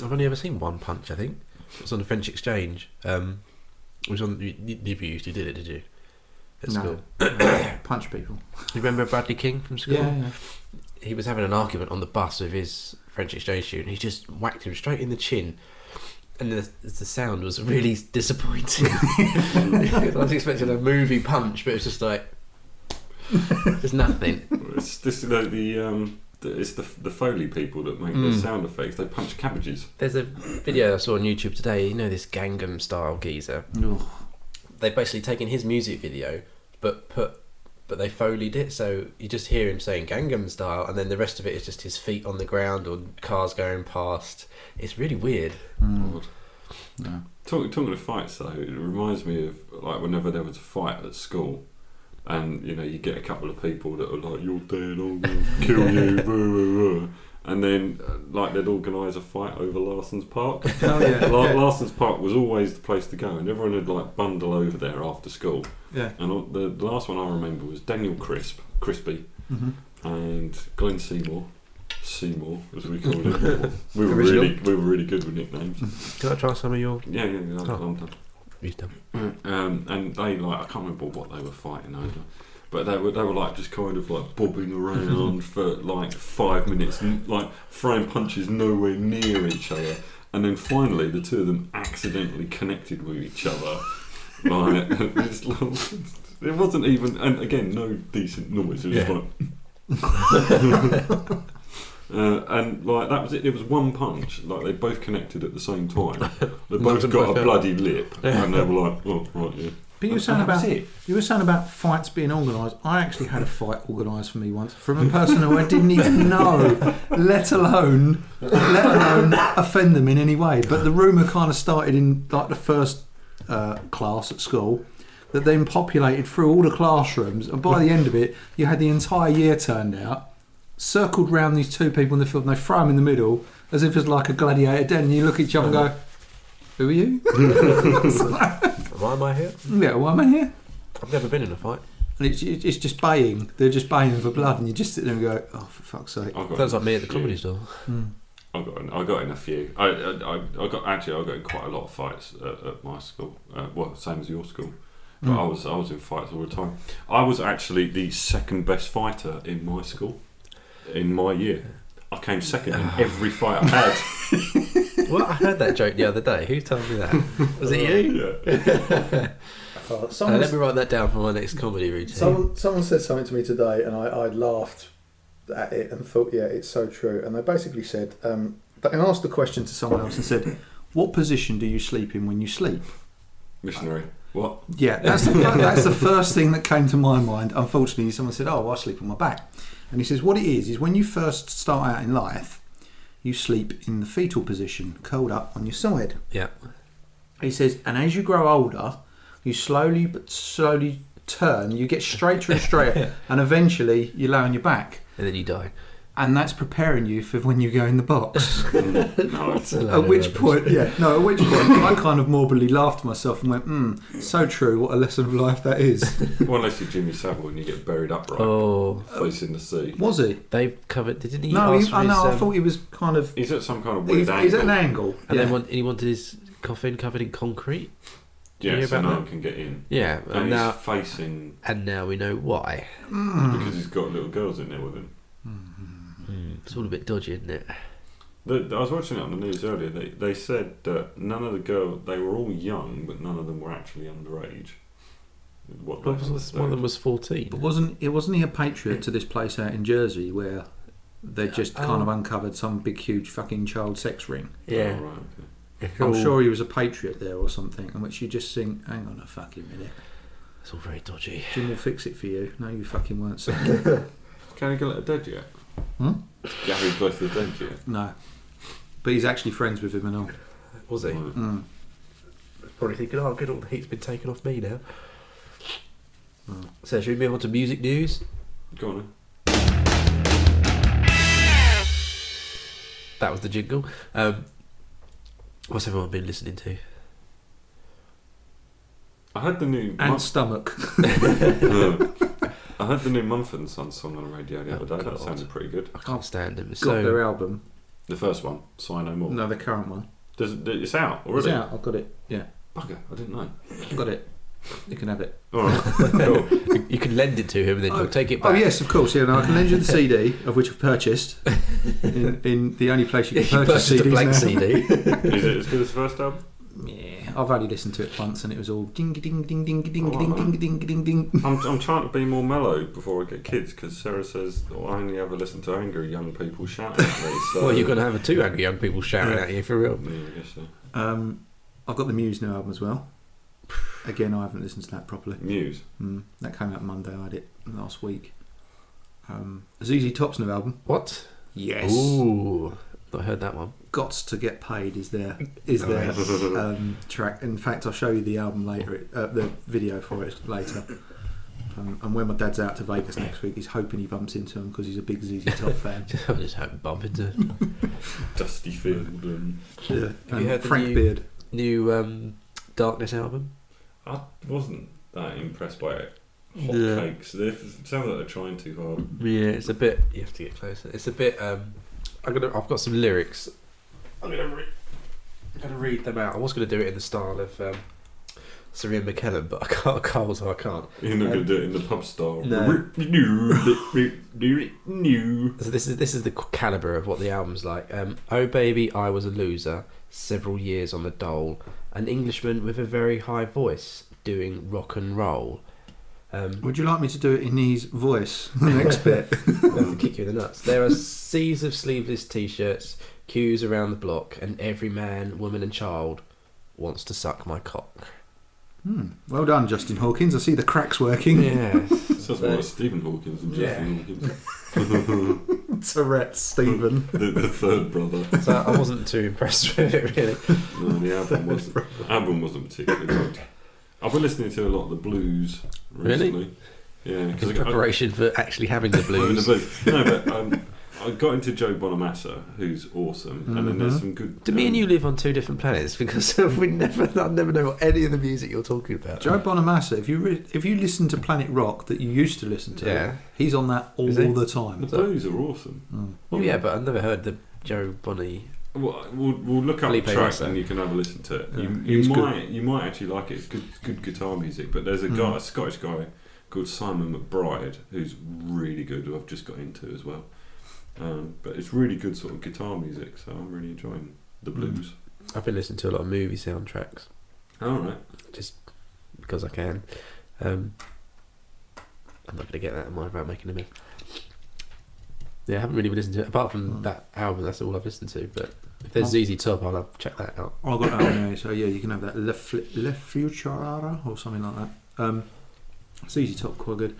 [SPEAKER 3] I've only ever seen One Punch, I think. It was on the French Exchange. Um, it was on. You, you never used to did it, did you? At
[SPEAKER 1] No.
[SPEAKER 3] school.
[SPEAKER 1] punch people.
[SPEAKER 3] You remember Bradley King from school?
[SPEAKER 1] Yeah, yeah.
[SPEAKER 3] He was having an argument on the bus with his French Exchange student. He just whacked him straight in the chin. And the, the sound was really disappointing. I was expecting a movie punch, but it was just like. There's nothing.
[SPEAKER 2] It's this is like the um, the- it's the the Foley people that make the
[SPEAKER 3] Mm.
[SPEAKER 2] sound effects. They punch cabbages.
[SPEAKER 3] There's a video I saw on YouTube today. You know this Gangnam style geezer.
[SPEAKER 1] No.
[SPEAKER 3] They've basically taken his music video, but put but they foleyed it, so you just hear him saying Gangnam style, and then the rest of it is just his feet on the ground or cars going past. It's really weird.
[SPEAKER 1] Mm, no.
[SPEAKER 2] Talk, talking of fights though, it reminds me of like whenever there was a fight at school, and you know you get a couple of people that are like you're dead, I'm gonna kill you, blah, blah, blah." and then uh, like they'd organise a fight over Larson's Park.
[SPEAKER 1] Oh, yeah.
[SPEAKER 2] Like,
[SPEAKER 1] yeah.
[SPEAKER 2] Larson's Park was always the place to go, and everyone would like bundle over there after school.
[SPEAKER 1] yeah.
[SPEAKER 2] And all- the, the last one I remember was Daniel Crisp, Crispy,
[SPEAKER 1] Mhm.
[SPEAKER 2] and Glenn Seymour. Seymour, as we called him. we were
[SPEAKER 3] Original.
[SPEAKER 2] really, we were really good with nicknames.
[SPEAKER 3] Can I try some of your?
[SPEAKER 2] Yeah, yeah, yeah. I'm-
[SPEAKER 3] Oh.
[SPEAKER 2] I'm done.
[SPEAKER 3] You've done.
[SPEAKER 2] Um, and they like I can't remember what they were fighting over, but they were they were like just kind of like bobbing around for like five minutes, n- like throwing punches nowhere near each other, and then finally the two of them accidentally connected with each other. Like it's like- it wasn't even, and again no decent noise. It was just
[SPEAKER 3] Yeah.
[SPEAKER 2] like. Uh, and like that was it. It was one punch. Like they both connected at the same time. They
[SPEAKER 3] Knocked
[SPEAKER 2] both
[SPEAKER 3] them
[SPEAKER 2] got
[SPEAKER 3] both
[SPEAKER 2] a
[SPEAKER 3] out.
[SPEAKER 2] bloody lip, and they were like, "Oh, right, yeah."
[SPEAKER 1] But you were saying about you were saying about fights being organised. I actually had a fight organised for me once from a person who I didn't even know, let alone let alone offend them in any way. But the rumour kind of started in like the first uh, class at school, that then populated through all the classrooms, and by the end of it, you had the entire year turned out, circled round these two people in the field, and they throw them in the middle as if it's like a gladiator den. And you look at each other and go, "Who are you?
[SPEAKER 3] Why am I here?
[SPEAKER 1] yeah, why am I here?"
[SPEAKER 3] I've never been in a fight.
[SPEAKER 1] And it's, it- it's just baying. They're just baying for blood, and you just sit there and go, oh, for fuck's sake. Hmm.
[SPEAKER 2] I got
[SPEAKER 3] Sounds like me at the
[SPEAKER 2] Yeah.
[SPEAKER 3] comedy store.
[SPEAKER 2] I got in, I got in a few. I, I, I- I got actually I got in quite a lot of fights at, at my school. Uh, well, same as your school, but I was I was in fights all the time. I was actually the second best fighter in my school, in my year. I came second in every fight I had.
[SPEAKER 3] well, I heard that joke the other day. Who told me that? Was it you?
[SPEAKER 2] yeah.
[SPEAKER 3] Uh, let me write that down for my next comedy routine.
[SPEAKER 5] Someone, someone said something to me today, and I, I laughed at it and thought, yeah, it's so true. And they basically said, um,
[SPEAKER 1] But I asked the question to someone else and said, What position do you sleep in when you sleep?
[SPEAKER 2] Missionary. What?
[SPEAKER 1] Yeah, that's the, fir- that's the first thing that came to my mind. Unfortunately, someone said, "Oh, well, I sleep on my back," and he says, "What it is is when you first start out in life, you sleep in the fetal position, curled up on your side."
[SPEAKER 3] Yeah.
[SPEAKER 1] He says, and as you grow older, you slowly but slowly turn. You get straighter and straighter, and eventually you lay on your back,
[SPEAKER 3] And then you die.
[SPEAKER 1] and that's preparing you for when you go in the box.
[SPEAKER 2] no.
[SPEAKER 1] at which point, yeah, no, at which point, I kind of morbidly laughed to myself and went, "Hmm, so true. What a lesson of life that is."
[SPEAKER 2] Well, unless you're Jimmy Savile and you get buried upright,
[SPEAKER 3] Oh,
[SPEAKER 2] facing the sea.
[SPEAKER 1] Was he?
[SPEAKER 3] they've covered. Didn't he?
[SPEAKER 1] No,
[SPEAKER 3] ask
[SPEAKER 1] he,
[SPEAKER 3] for
[SPEAKER 1] I
[SPEAKER 3] his,
[SPEAKER 1] know. I
[SPEAKER 3] um,
[SPEAKER 1] thought he was kind of.
[SPEAKER 2] He's at some kind of weird
[SPEAKER 1] He's,
[SPEAKER 2] angle.
[SPEAKER 1] he's at an angle.
[SPEAKER 3] And
[SPEAKER 1] yeah.
[SPEAKER 3] then want, and he wanted his coffin covered in concrete.
[SPEAKER 2] yeah,
[SPEAKER 3] hear
[SPEAKER 2] so
[SPEAKER 3] about
[SPEAKER 2] no
[SPEAKER 3] that?
[SPEAKER 2] one can get in.
[SPEAKER 3] Yeah,
[SPEAKER 2] And
[SPEAKER 3] and
[SPEAKER 2] he's
[SPEAKER 3] now
[SPEAKER 2] facing
[SPEAKER 3] and now we know why.
[SPEAKER 1] Mm.
[SPEAKER 2] because he's got little girls in there with him.
[SPEAKER 3] Hmm, It's all a bit dodgy, isn't it?
[SPEAKER 2] The, I was watching it on the news earlier. They, they said that none of the girls, they were all young, but none of them were actually underage. What they
[SPEAKER 3] Well, one of them
[SPEAKER 2] understood.
[SPEAKER 3] was fourteen.
[SPEAKER 1] But wasn't it wasn't he a patriot to this place out in Jersey where they just
[SPEAKER 3] Oh.
[SPEAKER 1] kind of uncovered some big huge fucking child sex ring?
[SPEAKER 3] Yeah,
[SPEAKER 2] Oh, right, okay.
[SPEAKER 1] I'm sure he was a patriot there or something. In which you just think, hang on a fucking minute,
[SPEAKER 3] it's all very dodgy.
[SPEAKER 1] Jim will fix it for you. No, you fucking weren't. So.
[SPEAKER 2] Can he get a dead yet?
[SPEAKER 1] Hmm?
[SPEAKER 2] Gary Bless the dead yet?
[SPEAKER 1] no, but he's actually friends with him and all.
[SPEAKER 3] Was he?
[SPEAKER 2] Right.
[SPEAKER 1] Mm.
[SPEAKER 3] Probably thinking, oh, good, all the heat's been taken off me now.
[SPEAKER 1] Hmm.
[SPEAKER 3] So, should we move on to music news?
[SPEAKER 2] Go on. then.
[SPEAKER 3] That was the jingle. Um, what's everyone been listening to?
[SPEAKER 2] I had the new.
[SPEAKER 1] And
[SPEAKER 2] Mum-
[SPEAKER 1] stomach.
[SPEAKER 2] I heard the new Mumford and Sons song on the radio the
[SPEAKER 3] Oh,
[SPEAKER 2] other day.
[SPEAKER 3] God.
[SPEAKER 2] That sounded pretty good.
[SPEAKER 3] I can't stand them. It's
[SPEAKER 1] Got
[SPEAKER 3] so
[SPEAKER 1] their album.
[SPEAKER 2] The first one, Sign No More.
[SPEAKER 1] No, the current one.
[SPEAKER 2] Does it, it's out
[SPEAKER 1] It's
[SPEAKER 2] already.
[SPEAKER 1] out. I've got it. Yeah,
[SPEAKER 2] Bugger, I didn't know.
[SPEAKER 1] I've got it. You can have it.
[SPEAKER 2] All right, cool.
[SPEAKER 3] you can lend it to him and then he'll take it
[SPEAKER 1] Oh
[SPEAKER 3] back.
[SPEAKER 1] yes, of course. Yeah, no, I can lend you the CD of which I've purchased in, in the only place you
[SPEAKER 3] He
[SPEAKER 1] can purchase CDs
[SPEAKER 3] purchased a blank
[SPEAKER 1] now.
[SPEAKER 3] CD.
[SPEAKER 2] Is it as good as the first album?
[SPEAKER 1] Yeah, I've only listened to it once, and it was all ding ding ding ding ding
[SPEAKER 2] Oh,
[SPEAKER 1] ding
[SPEAKER 2] wow.
[SPEAKER 1] ding ding ding ding.
[SPEAKER 2] I'm, I'm trying to be more mellow before I get kids because Sarah says "Oh, I only ever listen to angry young people shouting at me. So,
[SPEAKER 3] well, you're going to have two angry young people shouting at you for real.
[SPEAKER 2] Yeah, I guess so.
[SPEAKER 1] Um, I've got the Muse new album as well. Again, I haven't listened to that properly.
[SPEAKER 2] Muse.
[SPEAKER 1] Mm, that came out Monday. I had it last week. Um, ZZ Top's new album.
[SPEAKER 3] What?
[SPEAKER 1] Yes.
[SPEAKER 3] Ooh, I heard that one.
[SPEAKER 1] Gots to get paid is their is their um, track. In fact, I'll show you the album later, it- uh, the video for it later. Um, and when my dad's out to Vegas next week, he's hoping he bumps into him because heis a big ZZ Top fan.
[SPEAKER 3] I just hope I bump into
[SPEAKER 2] Dusty Field. And
[SPEAKER 1] Yeah.
[SPEAKER 3] Have
[SPEAKER 1] and
[SPEAKER 3] you heard the
[SPEAKER 1] Frank
[SPEAKER 3] new-
[SPEAKER 1] Beard.
[SPEAKER 3] new um, Darkness album.
[SPEAKER 2] I wasn't that impressed by it. Hot
[SPEAKER 3] Yeah.
[SPEAKER 2] cakes. They f- sound like they're trying too hard.
[SPEAKER 3] Yeah, it's a bit. You have to get closer. It's a bit. Um, I'm gonna. I've got some lyrics. I'm gonna. Re- I'm gonna read them out. I was gonna do it in the style of um, Serena McKellen, but I can't. I can't. So I can't.
[SPEAKER 2] You're not going to
[SPEAKER 3] Um,
[SPEAKER 2] do it in the pub style.
[SPEAKER 3] no.
[SPEAKER 2] New.
[SPEAKER 3] So this is this is the caliber of what the album's like. Um, oh baby, I was a loser. Several years on the dole. An Englishman with a very high voice doing rock and roll. Um,
[SPEAKER 1] Would you like me to do it in his voice? The next bit.
[SPEAKER 3] They have to kick you in the nuts. There are seas of sleeveless t-shirts, queues around the block, and every man, woman, and child wants to suck my cock.
[SPEAKER 1] Hmm. Well done, Justin Hawkins. I see the cracks working.
[SPEAKER 3] Yes.
[SPEAKER 2] Sounds more like Stephen Hawkins than Justin Hawkins.
[SPEAKER 1] Tourette Stephen.
[SPEAKER 2] the, the third brother.
[SPEAKER 3] so I wasn't too impressed with it really.
[SPEAKER 2] No, the album wasn't. album wasn't particularly good. I've been listening to a lot of the blues
[SPEAKER 3] Really?
[SPEAKER 2] recently. Yeah, because
[SPEAKER 3] In preparation for actually having the
[SPEAKER 2] the
[SPEAKER 3] blues.
[SPEAKER 2] blues. No, but um, I got into Joe Bonamassa, who's awesome, and then there's
[SPEAKER 1] Mhm.
[SPEAKER 2] some good.
[SPEAKER 3] Mm-hmm. Do me and
[SPEAKER 2] um,
[SPEAKER 3] you live on two different planets? Because we never, I never know what any of the music you're talking about.
[SPEAKER 1] Joe Bonamassa. If you re- if you listen to Planet Rock that you used to listen to,
[SPEAKER 3] Yeah.
[SPEAKER 1] he's on that all
[SPEAKER 3] Is he?
[SPEAKER 1] the
[SPEAKER 2] The
[SPEAKER 1] time.
[SPEAKER 2] blues are awesome.
[SPEAKER 1] Mm.
[SPEAKER 3] Well, yeah, but I've never heard the Joe Bonnie.
[SPEAKER 2] Well, we'll, we'll look up
[SPEAKER 3] Felipe
[SPEAKER 2] the track
[SPEAKER 3] Massa.
[SPEAKER 2] and you can have a listen to it.
[SPEAKER 1] Yeah,
[SPEAKER 2] you
[SPEAKER 1] he's
[SPEAKER 2] you
[SPEAKER 1] good. Mm.
[SPEAKER 2] might you might actually like it. It's good good guitar music. But there's a guy, a Scottish guy called Simon McBride, who's really good. Who I've just got into as well. Um, but it's really good sort of guitar music. So I'm really enjoying
[SPEAKER 1] Mm.
[SPEAKER 2] the blues.
[SPEAKER 3] I've been listening to a lot of movie soundtracks
[SPEAKER 2] All right.
[SPEAKER 3] because I can. Um, I'm not going to get that in mind without making a
[SPEAKER 1] Hmm.
[SPEAKER 3] mess. Yeah, I haven't really been listening to it apart from that album. That's all I've listened to. But If there's ZZ Top, I'll have- check that out.
[SPEAKER 1] Oh, I got that one anyway. So yeah, you can have that Le, Fli Le Futurara or something like that. Um, it's easy top, quite good.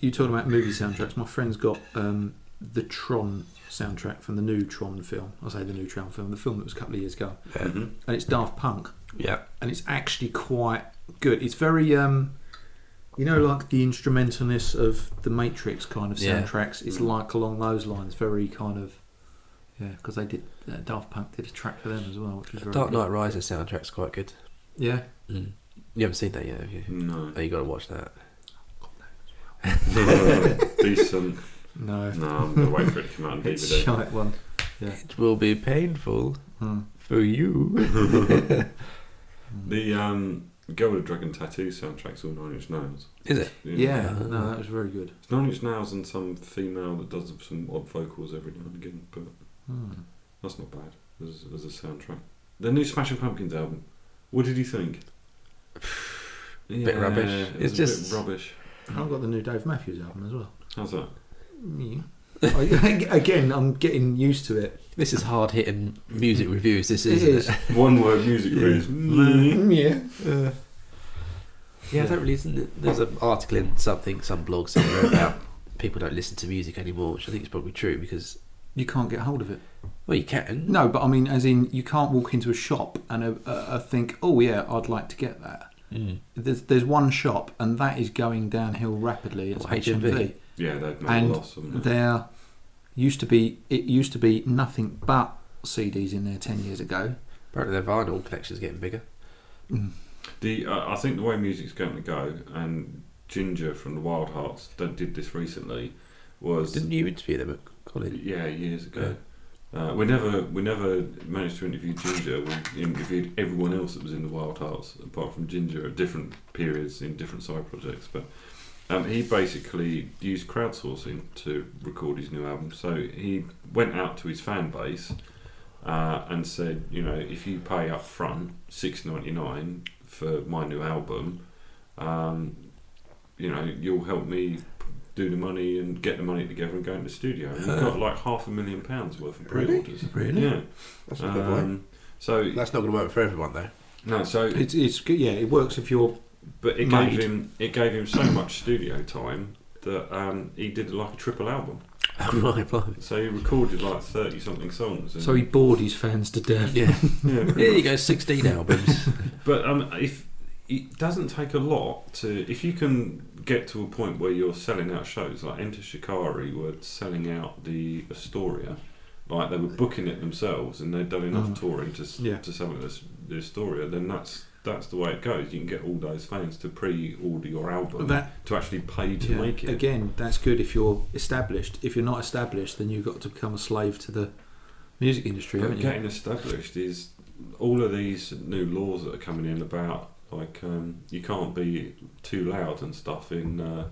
[SPEAKER 1] You talking about movie soundtracks? My friend's got um, the Tron soundtrack from the new Tron film. I say the new Tron film, the film that was a couple of years ago,
[SPEAKER 3] Yeah.
[SPEAKER 2] Mhm.
[SPEAKER 1] and it's Daft Punk,
[SPEAKER 3] Yeah.
[SPEAKER 1] and it's actually quite good. It's very, um, you know, like the instrumentalness of the Matrix kind of
[SPEAKER 3] Yeah.
[SPEAKER 1] soundtracks. It's
[SPEAKER 2] Mm.
[SPEAKER 1] like along those lines, very kind of. Yeah, because they did uh, Daft Punk did a track for them as well, which was very
[SPEAKER 3] Dark
[SPEAKER 1] good.
[SPEAKER 3] Knight Rises soundtrack's quite good.
[SPEAKER 1] Yeah,
[SPEAKER 3] Mm. You haven't seen that yet, have you?
[SPEAKER 1] Hmm.
[SPEAKER 2] No.
[SPEAKER 3] Oh, you got to watch that.
[SPEAKER 2] Decent.
[SPEAKER 1] No,
[SPEAKER 2] No, I'm going to wait for it to come out on
[SPEAKER 1] it's
[SPEAKER 2] DVD.
[SPEAKER 1] shite one.
[SPEAKER 3] It will be painful
[SPEAKER 1] Hmm.
[SPEAKER 3] for you.
[SPEAKER 2] The um, Girl with a Dragon Tattoo soundtrack's all Nine Inch Nails.
[SPEAKER 3] Is it?
[SPEAKER 1] Yeah, no, that was very good.
[SPEAKER 2] It's Nine Inch Nails and some female that does some odd vocals every now and again, but
[SPEAKER 3] Mm.
[SPEAKER 1] Hmm.
[SPEAKER 2] that's not bad as, as a soundtrack. The new Smashing Pumpkins album. What did you think?
[SPEAKER 3] Bit
[SPEAKER 2] Yeah,
[SPEAKER 3] rubbish.
[SPEAKER 2] it
[SPEAKER 3] It's
[SPEAKER 2] was a
[SPEAKER 3] just-
[SPEAKER 2] bit rubbish.
[SPEAKER 1] I've got the new Dave Matthews album as well.
[SPEAKER 2] How's that?
[SPEAKER 1] Yeah. I- Again, I'm getting used to it.
[SPEAKER 3] This is hard hitting music reviews. This is.
[SPEAKER 1] It is.
[SPEAKER 2] One word music reviews.
[SPEAKER 1] yeah.
[SPEAKER 3] Uh, yeah, I don't really. Isn't it? There's an article in something, some blog somewhere about people don't listen to music anymore, which I think is probably true because
[SPEAKER 1] You can't get hold of it.
[SPEAKER 3] well, you can.
[SPEAKER 1] No, but I mean, as in, you can't walk into a shop and uh, uh, think, oh yeah, I'd like to get that.
[SPEAKER 3] Mm.
[SPEAKER 1] There's, there's one shop, and that is going downhill rapidly. It's
[SPEAKER 3] What,
[SPEAKER 1] HMV.
[SPEAKER 3] HMV?
[SPEAKER 2] Yeah, they've made
[SPEAKER 1] And
[SPEAKER 2] a loss, haven't they?
[SPEAKER 1] There used to be it used to be nothing but CDs in there ten years ago.
[SPEAKER 3] Apparently, their vinyl collection's getting bigger.
[SPEAKER 1] Mm.
[SPEAKER 2] The uh, I think the way music's going to go, and Ginger from the Wild Hearts that did this recently, was
[SPEAKER 3] Didn't you interview them at college?
[SPEAKER 2] yeah years ago. Uh, we never we never managed to interview Ginger. We interviewed everyone else that was in the Wild Hearts, apart from Ginger, at different periods in different side projects. But um, he basically used crowdsourcing to record his new album. So he went out to his fan base uh, and said, you know, if you pay up front six ninety nine for my new album, um, you know, you'll help me do the money and get the money together and go into the studio. And he got like half a million pounds worth of
[SPEAKER 4] Really?
[SPEAKER 2] pre-orders.
[SPEAKER 3] Really?
[SPEAKER 2] Yeah.
[SPEAKER 4] That's not
[SPEAKER 3] Uh.
[SPEAKER 4] good way.
[SPEAKER 2] Um, so
[SPEAKER 4] That's not going to work for everyone though.
[SPEAKER 2] no, so
[SPEAKER 1] It's it's good. Yeah, it works if you're
[SPEAKER 2] but it
[SPEAKER 1] Made.
[SPEAKER 2] gave him it gave him so much studio time that um, he did like a triple album.
[SPEAKER 3] right, blimey.
[SPEAKER 2] So he recorded like thirty something songs. And,
[SPEAKER 1] so he bored his fans to death.
[SPEAKER 3] Yeah.
[SPEAKER 2] yeah, pretty
[SPEAKER 3] Here
[SPEAKER 2] much.
[SPEAKER 3] you go, 16 albums.
[SPEAKER 2] But um, if it doesn't take a lot to, if you can get to a point where you're selling out shows, like Enter Shikari were selling out the Astoria, like they were booking it themselves and they'd done enough
[SPEAKER 1] Mm.
[SPEAKER 2] touring to s
[SPEAKER 1] Yeah.
[SPEAKER 2] to sell it as the Astoria, then that's that's the way it goes. You can get all those fans to pre-order your album
[SPEAKER 1] That
[SPEAKER 2] to actually pay to
[SPEAKER 1] yeah,
[SPEAKER 2] make it.
[SPEAKER 1] again, that's good if you're established. If you're not established, then you've got to become a slave to the music industry,
[SPEAKER 2] But
[SPEAKER 1] haven't you?
[SPEAKER 2] getting established is all of these new laws that are coming in about like um, you can't be too loud and stuff in uh,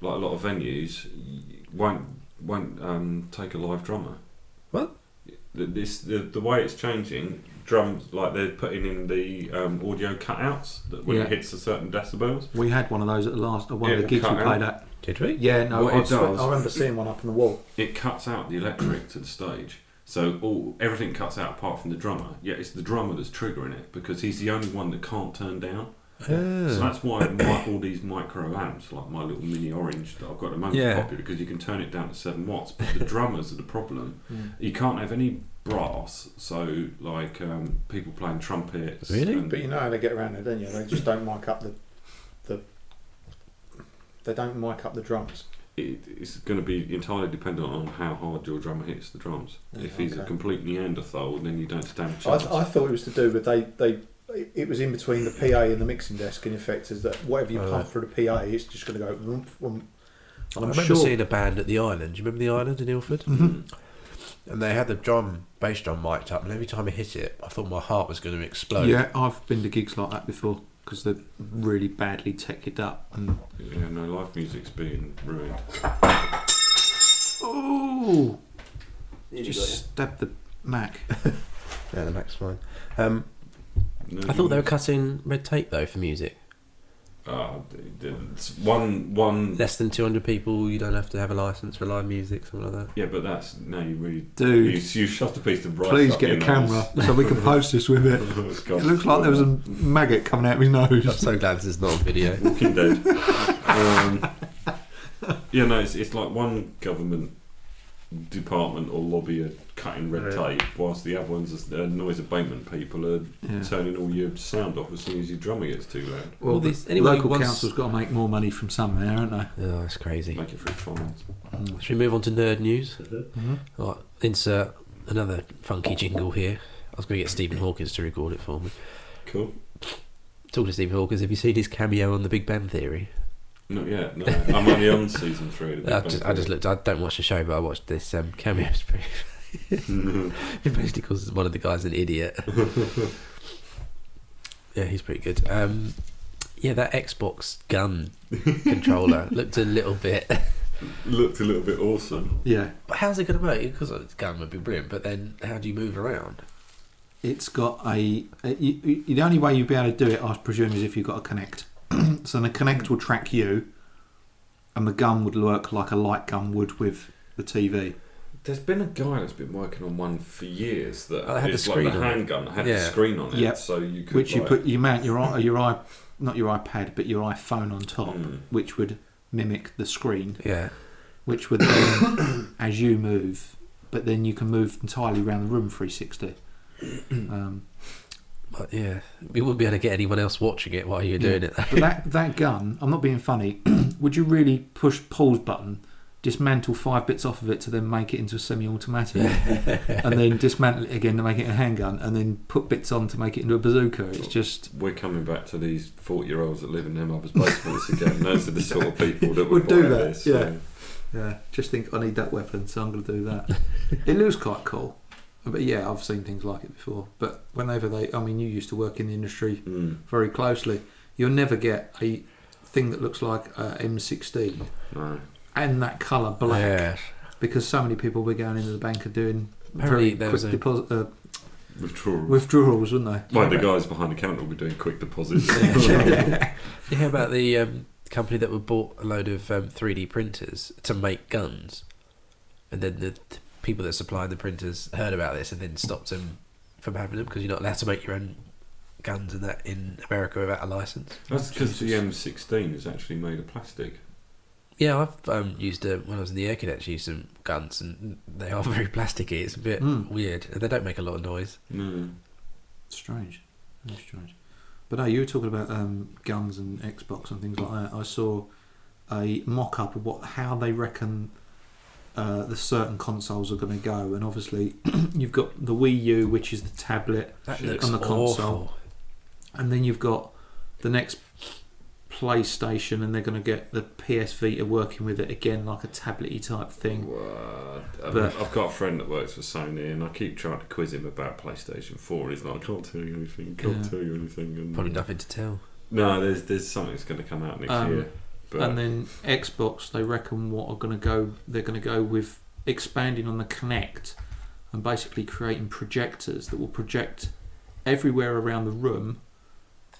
[SPEAKER 2] like a lot of venues y- won't won't um, take a live drummer.
[SPEAKER 3] What?
[SPEAKER 2] The- This the, the way it's changing drums like they're putting in the um, audio cutouts that when
[SPEAKER 1] Yeah.
[SPEAKER 2] it hits a certain decibels.
[SPEAKER 1] We had one of those at the last one of
[SPEAKER 2] Yeah,
[SPEAKER 1] the gigs we
[SPEAKER 2] cut
[SPEAKER 1] played at.
[SPEAKER 3] Did we?
[SPEAKER 1] Yeah, no,
[SPEAKER 2] What
[SPEAKER 1] I,
[SPEAKER 2] it does-
[SPEAKER 1] I remember seeing one up on the wall.
[SPEAKER 2] it cuts out the electric to the stage. So all everything cuts out apart from the drummer. Yet it's the drummer that's triggering it because he's the only one that can't turn down.
[SPEAKER 5] Oh.
[SPEAKER 2] So that's why my, all these micro amps, like my little mini orange that I've got at the moment,
[SPEAKER 3] Yeah.
[SPEAKER 2] is popular because you can turn it down to seven watts. But the drummers are the problem.
[SPEAKER 5] Hmm.
[SPEAKER 2] You can't have any brass. So like um, people playing trumpets.
[SPEAKER 3] Really?
[SPEAKER 2] and-
[SPEAKER 5] But you know how they get around it, don't you? They just don't mic up the, the they don't mic up the drums.
[SPEAKER 2] it, it's going to be entirely dependent on how hard your drummer hits the drums. if he's a
[SPEAKER 5] Okay.
[SPEAKER 2] complete Neanderthal, then you don't stand a
[SPEAKER 5] I,
[SPEAKER 2] chance.
[SPEAKER 5] th- I thought it was to do with they they it was in between the PA and the mixing desk in effect is that whatever you
[SPEAKER 3] Oh,
[SPEAKER 5] pump
[SPEAKER 3] right.
[SPEAKER 5] through the PA it's just going to go whoomp, whoomp.
[SPEAKER 3] i
[SPEAKER 5] And I'm
[SPEAKER 3] remember
[SPEAKER 5] sure
[SPEAKER 3] seeing a band at the island. Do you remember the island in Ilford?
[SPEAKER 2] Mm.
[SPEAKER 4] And they had the drum, bass drum mic'd up, and every time I hit it, I thought my heart was going to explode.
[SPEAKER 1] Yeah, I've been to gigs like that before because they're really badly teched up. And
[SPEAKER 2] Yeah, no, live music's being ruined.
[SPEAKER 1] oh, just
[SPEAKER 3] Just,
[SPEAKER 1] stabbed the Mac.
[SPEAKER 3] yeah, the Mac's fine. Um,
[SPEAKER 2] No,
[SPEAKER 3] I thought they were
[SPEAKER 2] you-
[SPEAKER 3] cutting red tape though for music.
[SPEAKER 2] Uh, it's one one.
[SPEAKER 3] Less than 200 people, you don't have to have a license for live music, something like that.
[SPEAKER 2] Yeah, but that's now you really you,
[SPEAKER 1] Dude,
[SPEAKER 2] you shoved a piece of rice.
[SPEAKER 1] please
[SPEAKER 2] up
[SPEAKER 1] get a
[SPEAKER 2] your
[SPEAKER 1] camera so we can post this with it.
[SPEAKER 2] nose.
[SPEAKER 1] It looks like there was a maggot coming out of his
[SPEAKER 3] I'm
[SPEAKER 1] nose.
[SPEAKER 3] so glad this is not on video.
[SPEAKER 2] Walking Dead. um, yeah, no, it's, it's like one government department or lobby are cutting red
[SPEAKER 3] Right.
[SPEAKER 2] tape, whilst the other ones, is- uh, noise abatement people, are
[SPEAKER 1] Yeah.
[SPEAKER 2] turning all your sound off as soon as your drummer gets too loud.
[SPEAKER 1] Well,
[SPEAKER 3] Well,
[SPEAKER 1] the
[SPEAKER 3] this- anyway,
[SPEAKER 1] local
[SPEAKER 3] once-
[SPEAKER 1] council's got to make more money from somewhere, haven't they?
[SPEAKER 3] Oh, that's crazy.
[SPEAKER 2] Make it through finance.
[SPEAKER 3] Should we move on to nerd news?
[SPEAKER 1] Mhm.
[SPEAKER 3] Right, insert another funky jingle here. I was going to get Stephen Hawkins to record it for me.
[SPEAKER 2] Cool.
[SPEAKER 3] Talk to Stephen Hawkins. Have you seen his cameo on The Big Bang Theory?
[SPEAKER 2] Not yet. No, I'm only on season three. Of the
[SPEAKER 3] I
[SPEAKER 2] Big
[SPEAKER 3] just,
[SPEAKER 2] Bang
[SPEAKER 3] I just looked. I don't watch the show, but I watched this um, cameo. It's pretty- Hmm.
[SPEAKER 2] Theory.
[SPEAKER 3] It basically calls one of the guys an idiot. yeah, he's pretty good. Um, yeah, that Xbox gun controller looked a little bit.
[SPEAKER 2] Looked a little bit awesome.
[SPEAKER 1] Yeah,
[SPEAKER 3] But how's it going to work? Because a gun would be brilliant, but then how do you move around?
[SPEAKER 1] it's got a. uh, You, you- the only way you'd be able to do it, I presume, is if you've got a connect. so the connect will track you, and the gun would work like a light gun would with the TV.
[SPEAKER 2] There's been a guy that's been working on one for years that
[SPEAKER 3] Oh, they had the
[SPEAKER 2] is like the
[SPEAKER 3] screen on it.
[SPEAKER 2] handgun. Had the
[SPEAKER 3] Yeah.
[SPEAKER 2] screen on it,
[SPEAKER 1] Yep.
[SPEAKER 2] so you could
[SPEAKER 1] which you
[SPEAKER 2] like-
[SPEAKER 1] put you mount your i- your i not your iPad but your iPhone on top,
[SPEAKER 2] Mm.
[SPEAKER 1] which would mimic the screen,
[SPEAKER 3] Yeah.
[SPEAKER 1] which would then as you move, but then you can move entirely around the room 360. Um,
[SPEAKER 3] But yeah, you wouldn't be able to get anyone else watching it while you're doing it.
[SPEAKER 1] but that that gun, I'm not being funny. would you really push pause button? Dismantle five bits off of it to then make it into a semi-automatic, and then dismantle it again to make it a handgun, and then put bits on to make it into a bazooka. It's just
[SPEAKER 2] We're coming back to these forty-year-olds that live in their mother's basements again. Those are the sort of people that would
[SPEAKER 1] Would do
[SPEAKER 2] buy
[SPEAKER 1] that,
[SPEAKER 2] This,
[SPEAKER 1] yeah. Yeah, just think I need that weapon, so I'm going to do that. it looks quite cool, but yeah, I've seen things like it before. But whenever they, I mean, you used to work in the industry
[SPEAKER 2] Mm,
[SPEAKER 1] very closely, you'll never get a thing that looks like a M16
[SPEAKER 2] no.
[SPEAKER 1] and that colour black
[SPEAKER 3] Yeah.
[SPEAKER 1] because so many people were going into the bank are doing very
[SPEAKER 3] Apparently there
[SPEAKER 1] quick
[SPEAKER 3] was a-
[SPEAKER 1] deposit uh,
[SPEAKER 2] Withdrawal.
[SPEAKER 1] withdrawals, weren't
[SPEAKER 2] like the guys behind the counter will be doing quick deposits.
[SPEAKER 3] You hear about the um, company that would bought a load of um, 3D printers to make guns, and then the t- people that supplied the printers heard about this and then stopped them from having them because you're not allowed to make your own guns and that in America without a license.
[SPEAKER 2] That's because the M16 is actually made of plastic.
[SPEAKER 3] Yeah, I've um, used uh, when I was in the air cadets, used some guns, and they are very plasticky. It's a bit
[SPEAKER 1] Mm.
[SPEAKER 3] weird, and they don't make a lot of noise.
[SPEAKER 1] Hmm.
[SPEAKER 2] No.
[SPEAKER 1] they? Strange, Very strange. But no, you were talking about um, guns and Xbox and things like that. I saw a mock-up of what how they reckon uh, the certain consoles are going to go, and obviously you've got the Wii U, which is the tablet,
[SPEAKER 3] That
[SPEAKER 2] Shit.
[SPEAKER 3] looks
[SPEAKER 1] On the console.
[SPEAKER 3] awful.
[SPEAKER 1] and then you've got the next PlayStation, and they're going to get the PS Vita working with it again, like a tablety type thing.
[SPEAKER 2] What? I've,
[SPEAKER 1] But-
[SPEAKER 2] I've got a friend that works for Sony, and I keep trying to quiz him about PlayStation 4. He's like, I can't tell you anything. Can't
[SPEAKER 1] Yeah.
[SPEAKER 2] tell you anything. And
[SPEAKER 1] Hmm.
[SPEAKER 3] Probably nothing to tell.
[SPEAKER 2] No, there's there's something that's going to come out next
[SPEAKER 1] Um,
[SPEAKER 2] year. But
[SPEAKER 1] and then Xbox, they reckon what are going to go, they're going to go with expanding on the Kinect and basically creating projectors that will project everywhere around the room,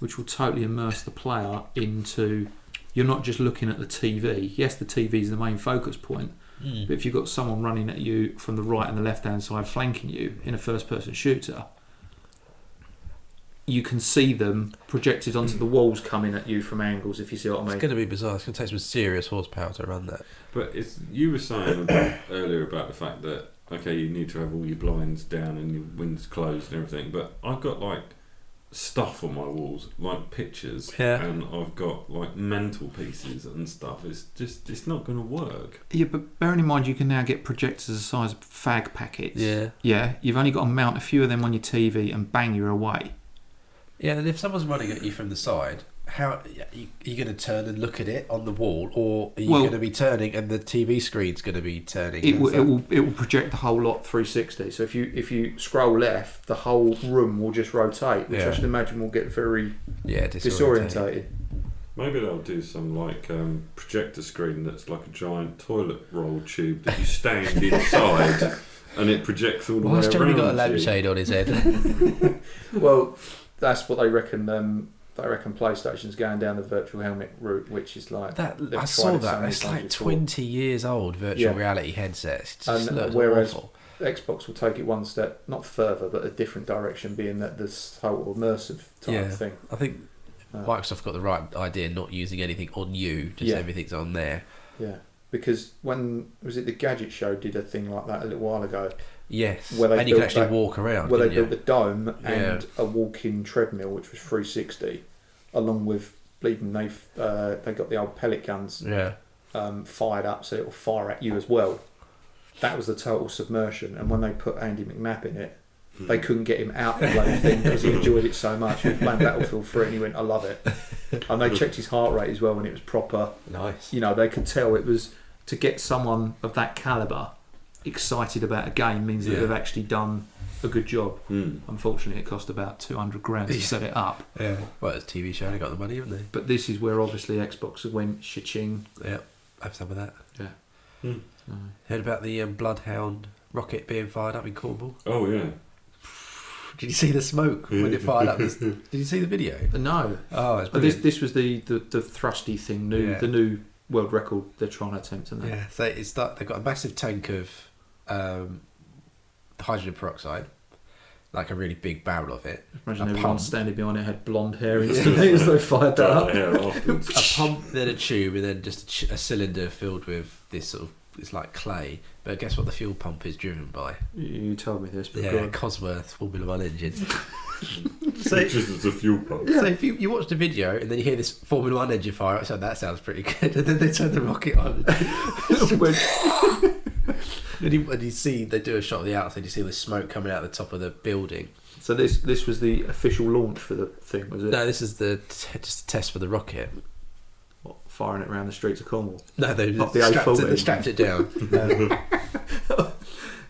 [SPEAKER 1] which will totally immerse the player into. You're not just looking at the TV. Yes, the TV is the main focus point, but if you've got someone running at you from the right and the left hand side, flanking you in a first person shooter, you can see them projected onto the walls coming at you from angles, if you see what I mean.
[SPEAKER 3] It's going to be bizarre. It's going to take some serious horsepower to run that.
[SPEAKER 2] But it's you were saying about, earlier about the fact that okay, you need to have all your blinds down and your windows closed and everything. But I've got like stuff on my walls, like pictures,
[SPEAKER 3] Yeah.
[SPEAKER 2] and I've got like mantle pieces and stuff. It's just it's not going to work.
[SPEAKER 1] Yeah, but bearing in mind you can now get projectors the size of fag packets.
[SPEAKER 3] Yeah.
[SPEAKER 1] Yeah, you've only got to mount a few of them on your TV and bang, you're away.
[SPEAKER 3] Yeah, and if someone's running at you from the side, how are you, are you going to turn and look at it on the wall, or are you
[SPEAKER 1] Well-
[SPEAKER 3] going to be turning and the TV screen's going to be turning?
[SPEAKER 1] It will,
[SPEAKER 3] Is
[SPEAKER 1] it
[SPEAKER 3] that-
[SPEAKER 1] will it will project the whole lot 360. So if you if you scroll left, the whole room will just rotate, which
[SPEAKER 3] Yeah.
[SPEAKER 1] I should imagine will get very
[SPEAKER 3] yeah, disorientate.
[SPEAKER 1] disorientated.
[SPEAKER 2] Maybe they'll do some like um, projector screen that's like a giant toilet roll tube that you stand inside. And it projects all the
[SPEAKER 3] Why
[SPEAKER 2] way
[SPEAKER 3] has
[SPEAKER 2] around.
[SPEAKER 3] Jeremy got a
[SPEAKER 2] you.
[SPEAKER 3] lampshade on his head?
[SPEAKER 1] Well, that's what they reckon um,
[SPEAKER 6] I reckon PlayStation's going down the virtual helmet route, which is like
[SPEAKER 3] That
[SPEAKER 6] They've
[SPEAKER 3] I
[SPEAKER 6] tried
[SPEAKER 3] saw
[SPEAKER 6] it so
[SPEAKER 3] that.
[SPEAKER 6] many
[SPEAKER 3] It's
[SPEAKER 6] times
[SPEAKER 3] like
[SPEAKER 6] before.
[SPEAKER 3] twenty years old virtual
[SPEAKER 6] Yeah.
[SPEAKER 3] reality headsets. It just
[SPEAKER 6] And
[SPEAKER 3] looks
[SPEAKER 6] whereas-
[SPEAKER 3] awful.
[SPEAKER 6] Xbox will take it one step, not further, but a different direction, being that this whole immersive type
[SPEAKER 3] Yeah.
[SPEAKER 6] thing.
[SPEAKER 3] I think
[SPEAKER 6] Uh,
[SPEAKER 3] Microsoft got the right idea, not using anything on you, just
[SPEAKER 6] Yeah.
[SPEAKER 3] everything's on there.
[SPEAKER 6] Yeah, because when was it the Gadget Show did a thing like that a little while ago,
[SPEAKER 3] Yes,
[SPEAKER 6] Where they
[SPEAKER 3] and you can
[SPEAKER 6] built
[SPEAKER 3] actually
[SPEAKER 6] that-
[SPEAKER 3] walk around.
[SPEAKER 6] where they
[SPEAKER 3] couldn't you?
[SPEAKER 6] built the dome and
[SPEAKER 3] Oh,
[SPEAKER 6] a
[SPEAKER 3] Yeah.
[SPEAKER 6] walking treadmill, which was 360, along with bleeding they uh, they got the old pellet guns
[SPEAKER 3] yeah,
[SPEAKER 6] um, fired up so it will fire at you as well. That was the total submersion, and when they put Andy McNabb in it, they
[SPEAKER 3] Hmm.
[SPEAKER 6] couldn't get him out of the bloody thing because he enjoyed it so much. He was playing Battlefield 3 and he went, I love it. And they checked his heart rate as well, and it was proper.
[SPEAKER 3] nice.
[SPEAKER 6] you know they could tell it was to get someone of that caliber excited about a game means that
[SPEAKER 3] Yeah.
[SPEAKER 6] they've actually done a good job.
[SPEAKER 2] Mm.
[SPEAKER 1] Unfortunately, it cost about 200 grand to
[SPEAKER 3] Yeah.
[SPEAKER 1] set it up.
[SPEAKER 3] Yeah. Well, it's a TV show. They got the money, haven't they?
[SPEAKER 1] But this is where obviously Xbox went shitching.
[SPEAKER 3] Yeah, have some of that.
[SPEAKER 1] Hmm.
[SPEAKER 2] Mm.
[SPEAKER 3] Heard about the um, Bloodhound rocket being fired up in Cornwall?
[SPEAKER 2] Oh yeah.
[SPEAKER 3] Did you see the smoke when it fired up? This- Did you see the video?
[SPEAKER 1] No,
[SPEAKER 3] Oh, it's
[SPEAKER 1] but this
[SPEAKER 3] brilliant.
[SPEAKER 1] this was the the, the thrusty thing, new
[SPEAKER 3] Yeah.
[SPEAKER 1] the new world record they're trying to attempt, and
[SPEAKER 3] yeah, so it's like they've got a massive tank of um, hydrogen peroxide, like a really big barrel of it.
[SPEAKER 1] imagine
[SPEAKER 3] A
[SPEAKER 1] everyone
[SPEAKER 3] pump.
[SPEAKER 1] standing behind it had blonde hair instantly as they fired that
[SPEAKER 2] Dye
[SPEAKER 1] up.
[SPEAKER 2] hair afterwards.
[SPEAKER 3] A pump, then a tube, and then just a, ch- a cylinder filled with this sort of it's like clay. But guess what? The fuel pump is driven by
[SPEAKER 1] You told me this, but
[SPEAKER 3] yeah,
[SPEAKER 1] go on.
[SPEAKER 3] Cosworth Formula One engine. so,
[SPEAKER 2] Just as a fuel pump.
[SPEAKER 3] So if you, you watch the video and then you hear this Formula One engine fire, I said that sounds pretty good. And then they turn the rocket on. and, you, and you see they do a shot of the outside. You see the smoke coming out the top of the building.
[SPEAKER 1] So this this was the official launch for the thing, was it?
[SPEAKER 3] No, this is the t- just a test for the rocket.
[SPEAKER 1] What, firing it around the streets of Cornwall.
[SPEAKER 3] No, they
[SPEAKER 1] Not the
[SPEAKER 3] just strapped it,
[SPEAKER 1] A40.
[SPEAKER 3] they strapped it down. Um, but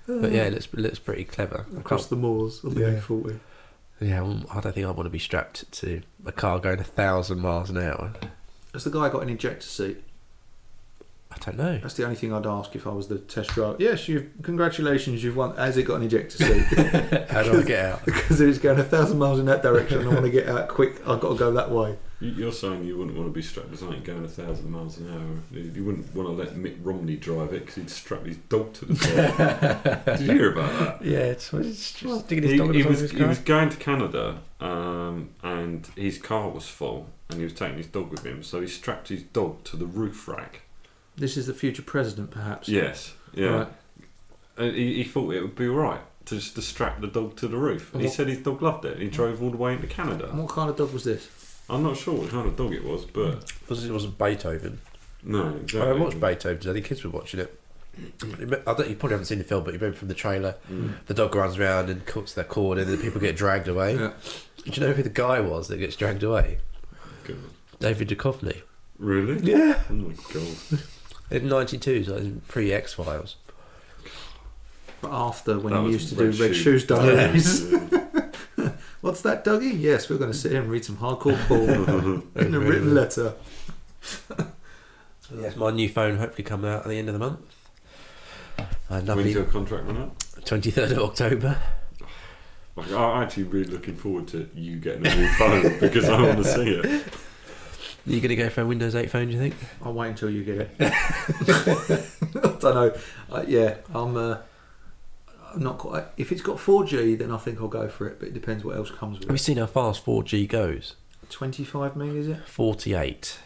[SPEAKER 3] yeah, it looks it looks pretty clever. I
[SPEAKER 1] across
[SPEAKER 3] can't-
[SPEAKER 1] the moors on the
[SPEAKER 3] Yeah.
[SPEAKER 1] A40.
[SPEAKER 3] yeah, well, I don't think I want to be strapped to a car going a thousand miles an hour.
[SPEAKER 1] Has the guy got an injector seat?
[SPEAKER 3] I don't know.
[SPEAKER 1] That's the only thing I'd ask if I was the test driver. Yes, you've congratulations, you've won. Has it got an injector seat?
[SPEAKER 3] How do I get out?
[SPEAKER 1] because it's going a thousand miles in that direction. and I want to get out quick. I've got to go that way.
[SPEAKER 2] You- You're saying you wouldn't want to be strapped to something going a thousand miles an hour. You you wouldn't want to let Mitt Romney drive it because he'd strap his dog to the top. Did you hear about that?
[SPEAKER 3] Yeah, it's, it's just digging
[SPEAKER 2] He,
[SPEAKER 3] his dog in
[SPEAKER 2] he
[SPEAKER 3] the
[SPEAKER 2] was,
[SPEAKER 3] side of his
[SPEAKER 2] he
[SPEAKER 3] car.
[SPEAKER 2] was going to Canada um, and his car was full and he was taking his dog with him, so he strapped his dog to the roof rack.
[SPEAKER 1] This is the future president, perhaps.
[SPEAKER 2] Yes, yeah.
[SPEAKER 1] Right.
[SPEAKER 2] And he, he thought it would be all right to just to strap the dog to the roof. And he
[SPEAKER 1] What-
[SPEAKER 2] said his dog loved it. He drove all the way into
[SPEAKER 1] And
[SPEAKER 2] Canada.
[SPEAKER 1] what kind of dog was this?
[SPEAKER 2] I'm not sure what kind of dog it was, but
[SPEAKER 3] Was it wasn't Beethoven?
[SPEAKER 2] no. Exactly.
[SPEAKER 3] I watched Beethoven. 'cause I think kids were watching it. You me- I don't, you probably haven't seen the film, but you remember from the trailer,
[SPEAKER 2] Mm.
[SPEAKER 3] the dog runs around and cuts their cord, and then people get dragged away.
[SPEAKER 1] Yeah.
[SPEAKER 3] Do you know who the guy was that gets dragged away?
[SPEAKER 2] God.
[SPEAKER 3] David Duchovny.
[SPEAKER 2] Really?
[SPEAKER 3] Yeah.
[SPEAKER 2] Oh my god.
[SPEAKER 3] In '92, so in pre X Files.
[SPEAKER 1] But after when
[SPEAKER 2] That
[SPEAKER 1] you
[SPEAKER 2] was
[SPEAKER 1] used to do Red
[SPEAKER 2] Shoe-
[SPEAKER 1] Shoes Diaries.
[SPEAKER 2] Yeah.
[SPEAKER 1] What's that, Dougie? Yes, we're going to sit here and read some hardcore porn in a written letter.
[SPEAKER 3] Yes, my new phone hopefully coming out at the end of the month. I love
[SPEAKER 2] When's your
[SPEAKER 3] the
[SPEAKER 2] contract run out?
[SPEAKER 3] 23rd of October.
[SPEAKER 2] Like, I'm actually really looking forward to you getting a new phone because I want to see it.
[SPEAKER 3] Are you going to go for a Windows 8 phone? Do you think?
[SPEAKER 1] I'll wait until you get it. I don't know. Uh, yeah, I'm. Uh, I'm not quite. If it's got 4G, then I think I'll go for it. But it depends what else comes with
[SPEAKER 3] Have you
[SPEAKER 1] it.
[SPEAKER 3] seen how fast 4G goes?
[SPEAKER 1] 25 meg, is it?
[SPEAKER 3] 48.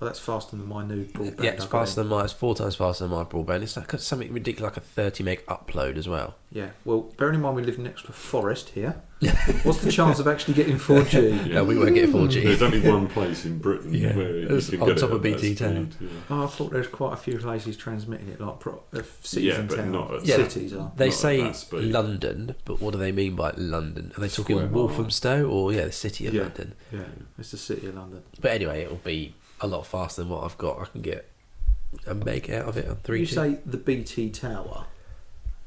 [SPEAKER 1] Oh, that's faster than my new broadband.
[SPEAKER 3] Yeah, it's
[SPEAKER 1] I've got
[SPEAKER 3] faster
[SPEAKER 1] in.
[SPEAKER 3] than my. It's four times faster than my broadband. It's like something ridiculous, like a thirty meg upload as well.
[SPEAKER 1] Yeah. Well, bearing in mind we live next to a forest here, what's the chance of actually getting 4G?
[SPEAKER 2] Yeah.
[SPEAKER 3] No, we won't get four G.
[SPEAKER 2] There's only one place in Britain
[SPEAKER 3] Yeah.
[SPEAKER 2] where you
[SPEAKER 3] It's
[SPEAKER 2] can
[SPEAKER 3] on
[SPEAKER 2] get
[SPEAKER 3] top
[SPEAKER 2] it
[SPEAKER 3] of
[SPEAKER 2] at that
[SPEAKER 3] BT Town.
[SPEAKER 2] speed, yeah.
[SPEAKER 1] Oh, I thought there's quite a few places transmitting it, like pro- uh, cities
[SPEAKER 2] Yeah,
[SPEAKER 1] and
[SPEAKER 2] but
[SPEAKER 1] towns.
[SPEAKER 2] not at
[SPEAKER 3] Yeah.
[SPEAKER 1] cities are.
[SPEAKER 3] They
[SPEAKER 2] Not at
[SPEAKER 3] say
[SPEAKER 2] that speed.
[SPEAKER 3] London, but what do they mean by London? Are they talking
[SPEAKER 2] Square mile.
[SPEAKER 3] Walthamstow or yeah, the city of
[SPEAKER 1] Yeah.
[SPEAKER 3] London?
[SPEAKER 1] Yeah, it's the city of London.
[SPEAKER 3] But anyway, it'll be a lot faster than what I've got. I can get a meg out of it on three
[SPEAKER 1] you
[SPEAKER 3] G.
[SPEAKER 1] say the BT Tower.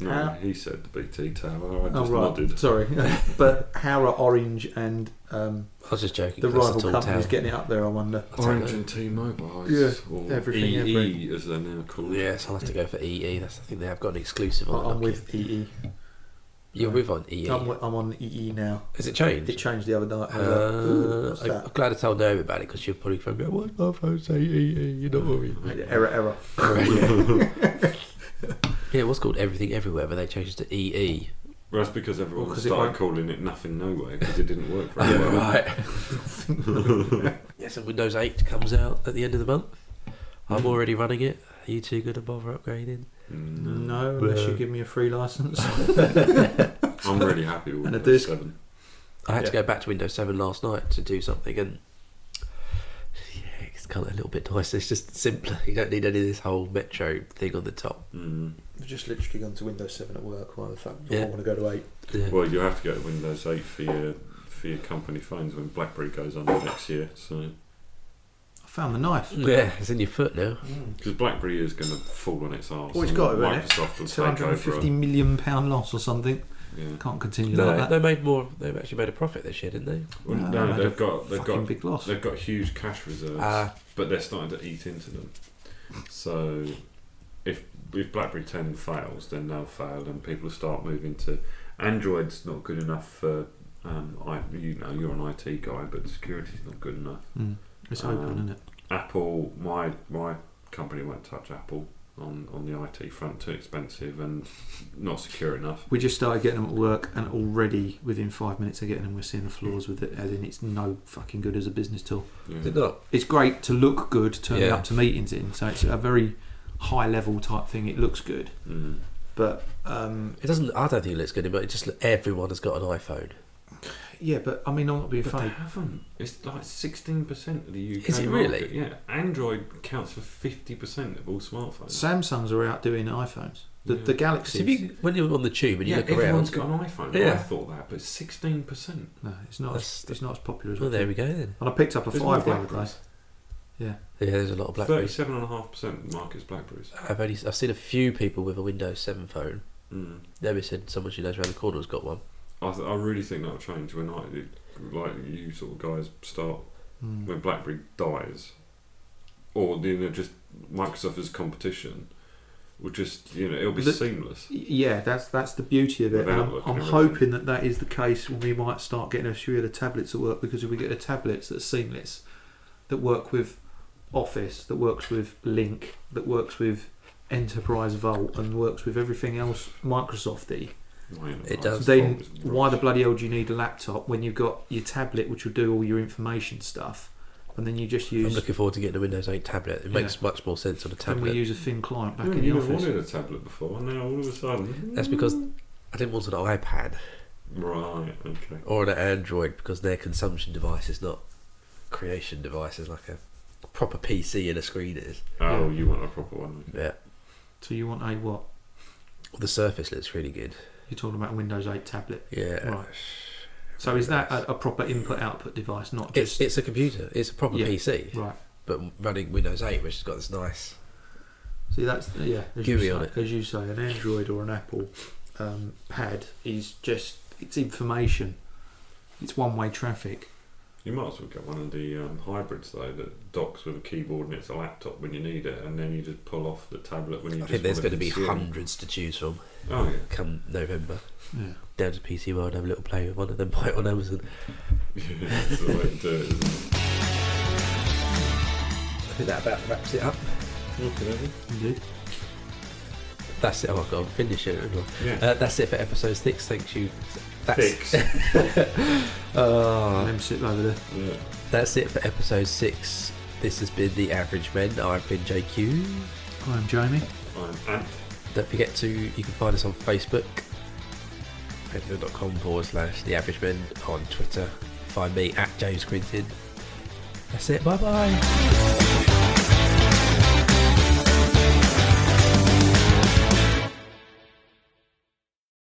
[SPEAKER 2] No,
[SPEAKER 1] How-
[SPEAKER 2] he said the BT Tower. I
[SPEAKER 1] Oh
[SPEAKER 2] just
[SPEAKER 1] right,
[SPEAKER 2] nodded.
[SPEAKER 1] sorry. but how are Orange and um,
[SPEAKER 3] I was just joking.
[SPEAKER 1] the
[SPEAKER 3] 'cause that's a
[SPEAKER 1] rival
[SPEAKER 3] tall
[SPEAKER 1] companies
[SPEAKER 3] town.
[SPEAKER 1] getting it up there? I wonder.
[SPEAKER 3] I'll take
[SPEAKER 2] Orange
[SPEAKER 3] that.
[SPEAKER 2] and T-Mobile,
[SPEAKER 1] Yeah,
[SPEAKER 2] or
[SPEAKER 1] everything,
[SPEAKER 2] EE
[SPEAKER 1] everything.
[SPEAKER 2] as they're now called.
[SPEAKER 3] E Yes, I'll have to go for EE. That's I think they have got an exclusive on.
[SPEAKER 1] I'm E
[SPEAKER 3] the Nokia.
[SPEAKER 1] with EE.
[SPEAKER 3] You're with E on EE.
[SPEAKER 5] I'm, wi- I'm on
[SPEAKER 1] E
[SPEAKER 5] EE now.
[SPEAKER 3] Has it
[SPEAKER 5] It
[SPEAKER 3] changed?
[SPEAKER 5] changed the other night. and I was like, Ooh,
[SPEAKER 3] Uh,
[SPEAKER 5] what's
[SPEAKER 3] I,
[SPEAKER 5] that?
[SPEAKER 3] I'm glad I told Naomi about it because she'll probably go, "What my phone say E EE? You don't worry."
[SPEAKER 5] Error, error.
[SPEAKER 3] Yeah, it was called Everything Everywhere, but they changed it to E EE.
[SPEAKER 2] Well, that's because everyone
[SPEAKER 5] Well, 'cause it
[SPEAKER 2] started
[SPEAKER 5] won't-
[SPEAKER 2] calling it nothing no way because it didn't work very
[SPEAKER 3] Oh,
[SPEAKER 2] well.
[SPEAKER 3] Um, yeah, so Windows 8 comes out at the end of the month. I'm already running it. Are you two going to bother upgrading?
[SPEAKER 2] No.
[SPEAKER 5] No, unless you
[SPEAKER 3] Yeah.
[SPEAKER 5] give me a free license.
[SPEAKER 2] I'm really happy with
[SPEAKER 5] And a
[SPEAKER 2] Windows
[SPEAKER 5] disc.
[SPEAKER 2] 7.
[SPEAKER 3] I had to
[SPEAKER 5] Yeah.
[SPEAKER 3] go back to Windows 7 last night to do something, and yeah, it's kind of a little bit nicer. It's just simpler. You don't need any of this whole Metro thing on the top.
[SPEAKER 2] Mm.
[SPEAKER 5] I've just literally gone to Windows 7 at work. Why the fuck do
[SPEAKER 3] Yeah.
[SPEAKER 5] I want to go to 8?
[SPEAKER 3] Yeah.
[SPEAKER 2] Well, you have to go to Windows 8 for your for your company phones when BlackBerry goes under next year. So
[SPEAKER 1] I found the knife.
[SPEAKER 3] Yeah, it's in your foot now.
[SPEAKER 5] Mm.
[SPEAKER 2] because BlackBerry is going to fall on its arse.
[SPEAKER 1] Well, it's
[SPEAKER 2] and
[SPEAKER 1] got to, hasn't it?
[SPEAKER 2] Microsoft
[SPEAKER 1] Two
[SPEAKER 2] will take
[SPEAKER 1] hundred and
[SPEAKER 2] over.
[SPEAKER 1] fifty million pound loss or something.
[SPEAKER 2] Yeah.
[SPEAKER 1] Can't continue
[SPEAKER 3] No,
[SPEAKER 1] like that.
[SPEAKER 3] they made more. They've actually made a profit this year, didn't they?
[SPEAKER 2] Well,
[SPEAKER 1] No,
[SPEAKER 2] no,
[SPEAKER 1] they don't
[SPEAKER 2] they've got they've
[SPEAKER 1] Fucking
[SPEAKER 2] got
[SPEAKER 1] big loss.
[SPEAKER 2] they've got huge cash reserves,
[SPEAKER 3] Ah.
[SPEAKER 2] but they're starting to eat into them. So if if BlackBerry 10 fails, then they'll fail, and people start moving to Android's not good enough for. Um, I, you know, you're an IT guy, but security's not good enough.
[SPEAKER 1] Mm. It's open,
[SPEAKER 2] Um,
[SPEAKER 1] isn't it?
[SPEAKER 2] Apple, my my company won't touch Apple on, on the IT front. Too expensive and not secure enough.
[SPEAKER 1] We just started getting them at work, and already within five minutes of getting them, we're seeing the flaws with it. As in, it's no fucking good as a business tool.
[SPEAKER 2] Yeah.
[SPEAKER 3] Did not.
[SPEAKER 1] It's great to look good turning
[SPEAKER 3] Yeah.
[SPEAKER 1] up to meetings in, so it's a very high level type thing. It looks good,
[SPEAKER 2] Mm.
[SPEAKER 1] but um,
[SPEAKER 3] It doesn't. I don't think it looks good, but it just everyone has got an iPhone.
[SPEAKER 1] yeah. But I mean, I'm not being
[SPEAKER 2] But they
[SPEAKER 1] funny.
[SPEAKER 2] haven't. It's like sixteen percent of the UK.
[SPEAKER 3] Is it
[SPEAKER 2] market.
[SPEAKER 3] really?
[SPEAKER 2] Yeah. Android counts for fifty percent of all smartphones.
[SPEAKER 1] Samsungs are outdoing iPhones. The,
[SPEAKER 2] Yeah.
[SPEAKER 1] the
[SPEAKER 3] So
[SPEAKER 1] Galaxy.
[SPEAKER 3] if you, when you're on the tube and you
[SPEAKER 2] yeah,
[SPEAKER 3] look
[SPEAKER 2] everyone's
[SPEAKER 3] around,
[SPEAKER 2] got an iPhone. I
[SPEAKER 3] Yeah.
[SPEAKER 2] thought that, but sixteen percent.
[SPEAKER 1] no, it's not.
[SPEAKER 3] That's-
[SPEAKER 1] As, it's not as popular as.
[SPEAKER 3] well,
[SPEAKER 1] what
[SPEAKER 3] there
[SPEAKER 1] there
[SPEAKER 3] we go then.
[SPEAKER 1] And I picked up a
[SPEAKER 2] There's
[SPEAKER 1] five the
[SPEAKER 2] more
[SPEAKER 1] other day.
[SPEAKER 3] Yeah, there's a lot of Blackberries.
[SPEAKER 2] Thirty-seven and a half percent of the market's Blackberries.
[SPEAKER 3] I've only I've seen a few people with a Windows 7 phone.
[SPEAKER 2] Mm.
[SPEAKER 3] Never said someone she knows around the corner has got one.
[SPEAKER 2] I, th- I really think that'll change when I, like you sort of guys start
[SPEAKER 1] Mm.
[SPEAKER 2] when BlackBerry dies, or you know, just Microsoft as competition, will just you know it'll be
[SPEAKER 1] The-
[SPEAKER 2] seamless.
[SPEAKER 1] Yeah, that's that's the beauty of it.
[SPEAKER 2] Without
[SPEAKER 1] And I'm,
[SPEAKER 2] looking
[SPEAKER 1] I'm
[SPEAKER 2] around.
[SPEAKER 1] hoping that that is the case when we might start getting a few of the tablets that work because if we get the tablets that are seamless, that work with Office, that works with Link, that works with Enterprise Vault, and works with everything else Microsofty.
[SPEAKER 2] Why not?
[SPEAKER 3] It does.
[SPEAKER 1] Then
[SPEAKER 2] It's
[SPEAKER 1] Why the bloody hell do you need a laptop when you've got your tablet, which will do all your information stuff, and then you just
[SPEAKER 3] I'm
[SPEAKER 1] use?
[SPEAKER 3] looking forward to getting a Windows 8 tablet. It makes much more sense on a
[SPEAKER 1] Then we
[SPEAKER 3] tablet.
[SPEAKER 1] use a thin client back
[SPEAKER 2] Yeah,
[SPEAKER 1] in the
[SPEAKER 2] you never
[SPEAKER 1] office.
[SPEAKER 2] wanted a tablet before, and now all of a sudden.
[SPEAKER 3] That's because I didn't want an iPad
[SPEAKER 2] Right, okay.
[SPEAKER 3] or an Android because their consumption device is not creation device. It's like a proper PC and a screen is.
[SPEAKER 2] Oh, you want a proper one.
[SPEAKER 3] Yeah.
[SPEAKER 1] So you want a what?
[SPEAKER 3] The Surface looks really good.
[SPEAKER 1] You're talking about a Windows 8 tablet.
[SPEAKER 3] Yeah.
[SPEAKER 1] Right. So is that a, a proper input-output device, not
[SPEAKER 3] It's
[SPEAKER 1] just
[SPEAKER 3] it's a computer. It's a proper
[SPEAKER 1] Yeah.
[SPEAKER 3] PC,
[SPEAKER 1] right?
[SPEAKER 3] but running Windows 8, which has got this nice
[SPEAKER 1] See, that's yeah. As you,
[SPEAKER 3] GUI
[SPEAKER 1] say,
[SPEAKER 3] on it.
[SPEAKER 1] as you say, an Android or an Apple um, pad is just it's information. It's one-way traffic.
[SPEAKER 2] You might as well get one of the um, hybrids though that docks with a keyboard and it's a laptop when you need it, and then you just pull off the tablet when you.
[SPEAKER 3] I
[SPEAKER 2] just
[SPEAKER 3] think there's
[SPEAKER 2] want
[SPEAKER 3] going to be
[SPEAKER 2] consume.
[SPEAKER 3] hundreds to choose from
[SPEAKER 2] Oh yeah.
[SPEAKER 3] come November.
[SPEAKER 1] Yeah.
[SPEAKER 3] Down to PC World, have a little play with one of them, buy it on Amazon.
[SPEAKER 2] Yeah, that's the way to do it, isn't it?
[SPEAKER 3] I think that about wraps it up.
[SPEAKER 1] Indeed.
[SPEAKER 3] That's it. Oh, I've got to finish it. haven't I?
[SPEAKER 2] Yeah.
[SPEAKER 3] Uh, that's it for episode six. Thank you. That's,
[SPEAKER 2] Fix.
[SPEAKER 1] And
[SPEAKER 3] Oh,
[SPEAKER 1] them sit over there.
[SPEAKER 2] yeah.
[SPEAKER 3] that's it for episode six. This has been The Average Men. I've been JQ.
[SPEAKER 1] I'm Jamie.
[SPEAKER 2] I'm Ant.
[SPEAKER 3] Don't forget to, you can find us on Facebook, facebook.com forward slash The Average Men, on Twitter. Find me at James Quinton. That's it. Bye bye.